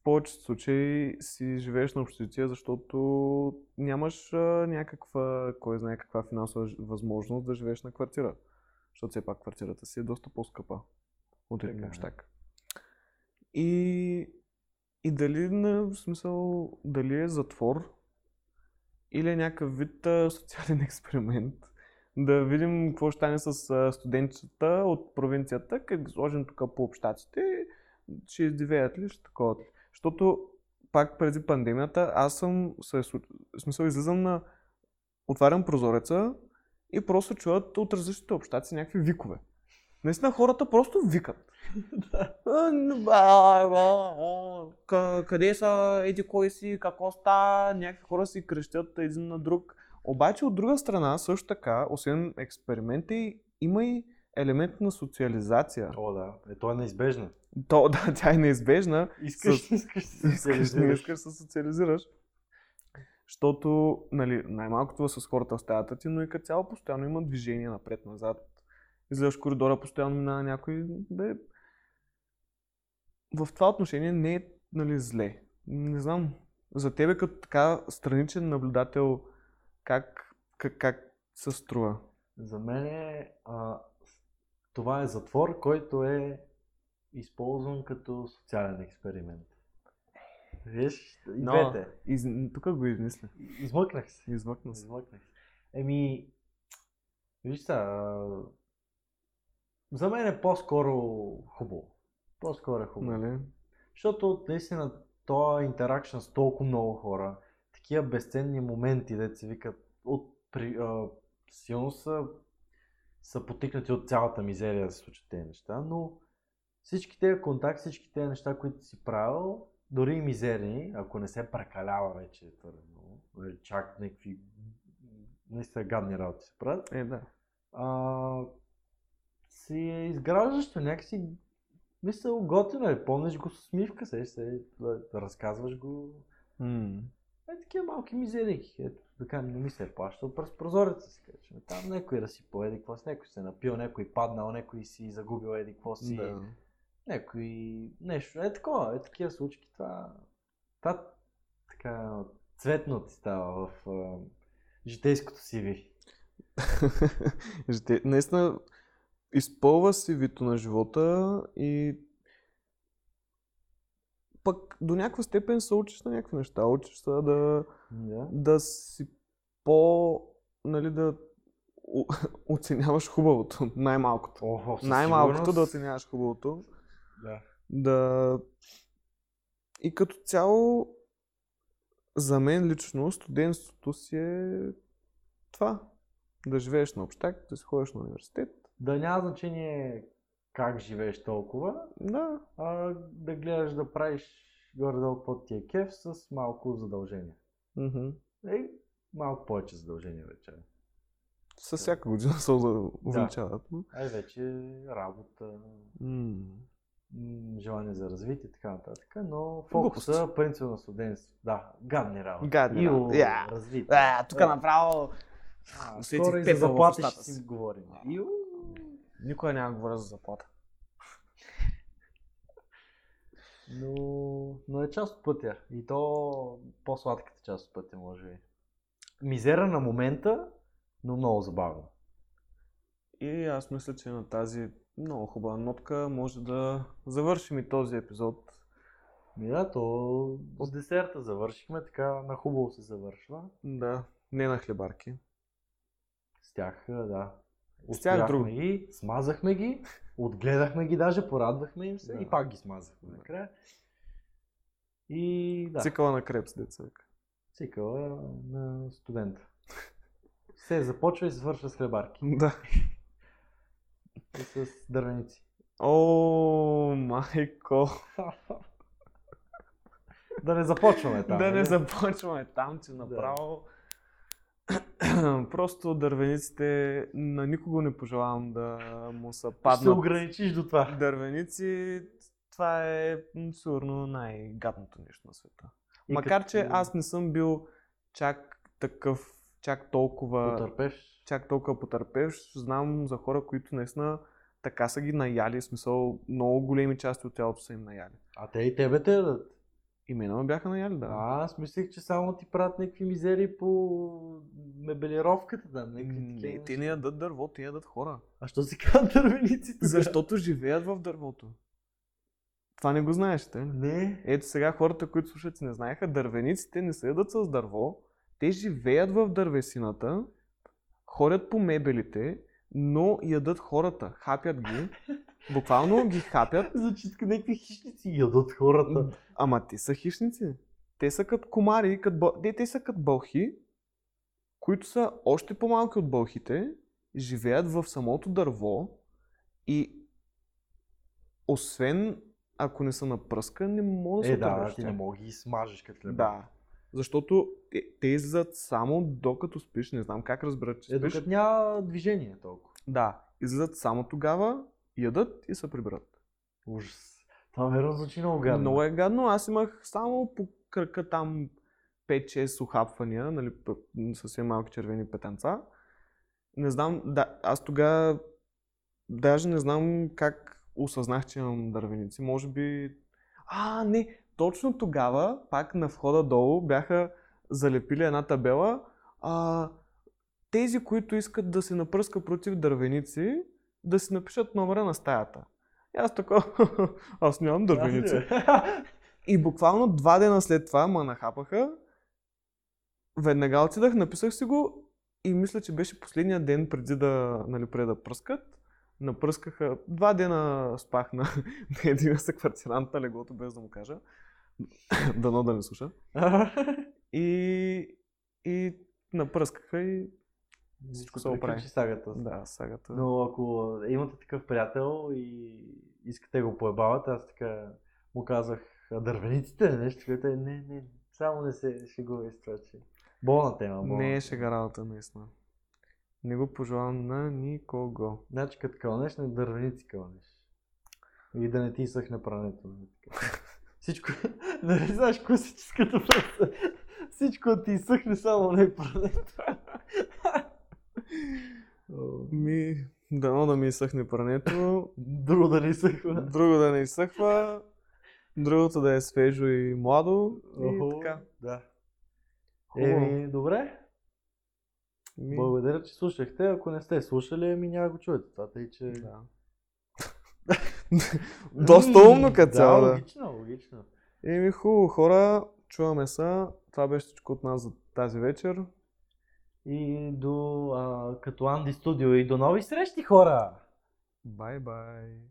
A: в повечето случаи си живееш на общежитие, защото нямаш а, някаква, кой знае каква финансова ж- възможност да живееш на квартира. Защото все пак квартирата си е доста по-скъпа от един
B: Така е.
A: общак. И, и дали, на, в смисъл, дали е затвор или е някакъв вид а, социален експеримент, да видим какво ще стане с а, студентчета от провинцията, като ги сложим тук по общаците, ще издивеят ли, ще такова. Защото пак преди пандемията аз съм, се, су- в смисъл излизам на, отварям прозореца и просто чуват от различните общаци някакви викове. Наистина хората просто викат. А, н- а, а, а, къ- Къде са, еди кой си, какво ста, някакви хора си крещят един на друг. Обаче от друга страна, също така, освен експерименти, има и елемент на социализация.
B: О, да. Е, то е неизбежно.
A: То, да, тя е неизбежна.
B: Искаш, искаш, да се
A: Искаш, не
B: реализираш.
A: искаш, се социализираш. Защото, нали, най-малкото с хората в стаята ти, но и като цяло постоянно има движение напред-назад. Излизаш в коридора, постоянно минава някой. Бе... В това отношение не е нали, зле. Не знам, за тебе като така страничен наблюдател, как, как, как се струва?
B: За мен е, а, това е затвор, който е използван като социален експеримент. Виж, и
A: Но-
B: двете.
A: Из... Тук го измисля.
B: Измъкнах се.
A: Измъкна се.
B: Измъкнах се. Еми, виж сега, а, за мен е по-скоро хубаво. По-скоро е хубаво.
A: Нали?
B: Защото наистина то е интеракшн с толкова много хора, такива безценни моменти, дето се викат, от, при, а, силно са, са потикнати от цялата мизерия да се случат тези неща, но всички тези контакти, всички тези неща, които си правил, дори и мизерни, ако не се прекалява вече твърде много, нали, чак някакви наистина гадни работи се правят,
A: Е, да.
B: а, си е изграждащо някакси мисъл готино е, помниш го с усмивка, се, се разказваш го.
A: М.
B: Е, такива малки мизерики. Ето, така не ми се е плащал през прозореца си, кажем. Там някой разсипал, еди какво си, някой се е напил, някой паднал, някой си загубил, еди какво си,
A: Да.
B: някой нещо. Е такова, е такива случки, това, това така цветно ти става в а, житейското си ви.
A: Жите... Наистина, изпълва си вито на живота и пък до някаква степен се учиш на някакви неща. Учиш се да,
B: Да.
A: да си по... нали, да о- оценяваш хубавото, най-малкото.
B: О, със
A: Най-малкото
B: сигурност.
A: да оценяваш хубавото.
B: Да.
A: Да. И като цяло, за мен лично, студентството си е това. Да живееш на общак, да си ходиш на университет.
B: да няма значение как живееш толкова,
A: Да,
B: а да гледаш да правиш горе-долу каквото ти е кеф с малко задължение.
A: Мгм.
B: Е, малко повече задължение вече.
A: Със всяка година се увеличават. но-
B: Ай вече работа,
A: М.
B: м, желание за развитие и така нататък, но
A: Глупости.
B: фокуса принципно на студентство. Да, гадни работи.
A: Гадни
B: Ио,
A: работи, я.
B: развитие.
A: Е, тук
B: Е,
A: направо
B: а,
A: усетих
B: скоро и за
A: пепел в
B: заплати ще
A: устата си.
B: си говорим. Ио.
A: никога няма да говоря за заплата.
B: Но, но е част от пътя. И то по-сладката част от пътя, може би. Мизера на момента, но много забавно.
A: И аз мисля, че на тази много хубава нотка може да завършим и този епизод.
B: Ми да, то с десерта завършихме, така на хубаво се завършва.
A: Да, не на хлебарки.
B: С тях, е, да.
A: С тях
B: Успяхме
A: друго.
B: ги, смазахме ги, отгледахме ги даже, порадвахме им се
A: Да.
B: и пак ги смазахме накрая. И да,
A: Цикъла на крепс, деца. вика.
B: цикъла на студента. Се започва и се свършва с хлебарки
A: Да.
B: и с дървеници.
A: О, майко.
B: Да не започваме там.
A: да не
B: нали?
A: започваме там, че направо. Просто дървениците на никого не пожелавам да му са
B: Ще се
A: паднат.
B: ограничиш до това.
A: Дървеници, това е м, сигурно най-гадното нещо на света.
B: И
A: Макар,
B: като
A: че аз не съм бил чак такъв, чак толкова,
B: Потърпеш.
A: чак толкова потърпевш. Знам за хора, които наистина така са ги наяли, в смисъл много големи части от тялото са им наяли.
B: А те и тебе те дадат.
A: И мен ме бяха наяли, да.
B: А, аз мислех, че само ти правят някакви мизери по мебелировката там. Някакви
A: Не,
B: такива
A: те не
B: неща.
A: ядат дърво, те ядат хора.
B: А що се казват дървениците?
A: Защото живеят в дървото. Това не го знаеш, те.
B: Не.
A: Ето сега хората, които слушат, си не знаеха, дървениците не се ядат с дърво, те живеят в дървесината, ходят по мебелите, но ядат хората, хапят ги, буквално ги хапят,
B: Значи тук някакви хищници ядат хората.
A: ама те са хищници. Те са като комари, като бъл... те, те са като бълхи, които са още по-малки от бълхите, живеят в самото дърво и освен ако не са напръскани, не могат да се
B: Е, да,
A: отървеш
B: да, ти
A: от
B: не
A: тях.
B: мога да ги смажеш като хлеба.
A: Да. Защото те, те излизат само докато спиш. Не знам как разберат, че
B: Е,
A: спиш.
B: докато няма движение толкова.
A: Да. Излизат само тогава, ядат и се прибрат.
B: Ужас. Това верно звучи много гадно.
A: Много е гадно. Аз имах само по кръка там 5-6 ухапвания, нали, п- м, съвсем малки червени петанца. Не знам, да, аз тогава даже не знам как осъзнах, че имам дървеници. Може би... А, не, точно тогава, пак на входа долу, бяха залепили една табела. А, тези, които искат да се напръска против дървеници, да си напишат номера на стаята. И аз така, аз нямам дървеници.
B: е?
A: И буквално два дена след това ме нахапаха. Веднага отидах, написах си го и мисля, че беше последния ден преди да, нали, преди да пръскат. Напръскаха. Два дена спах на, на един съквартирант на легото, без да му кажа. Дано да не слуша. И, и напръскаха и всичко се оправи.
B: Приключи сагата.
A: Да, сагата.
B: Но ако имате такъв приятел и искате го поебавате, аз така му казах, а дървениците ли нещо, което е, не, не, само не се шегувай с това, че болна тема. Болна.
A: не е
B: тема.
A: шега работа, наистина. Не го пожелавам на никого.
B: Значи като кълнеш, на дървеници кълнеш. И да не ти изсъхне прането. нали така. Всичко, нали знаеш класическата фраза? Всичко ти изсъхне, само не е прането.
A: Ми, дано да ми изсъхне прането,
B: Друго да не изсъхва.
A: друго да не изсъхва, другото да е свежо и младо и
B: Охо,
A: така.
B: Да.
A: Хубаво.
B: Еми, добре.
A: Ми,
B: Благодаря, че слушахте. Ако не сте слушали, ми няма да го чуете. Това тъй, че...
A: да. Доста умно като цяло,
B: Да,
A: да.
B: логично, логично.
A: Еми, хубаво хора, чуваме се. Това беше всичко от нас за тази вечер.
B: И до а, като Анди Студио и до нови срещи, хора!
A: Бай-бай!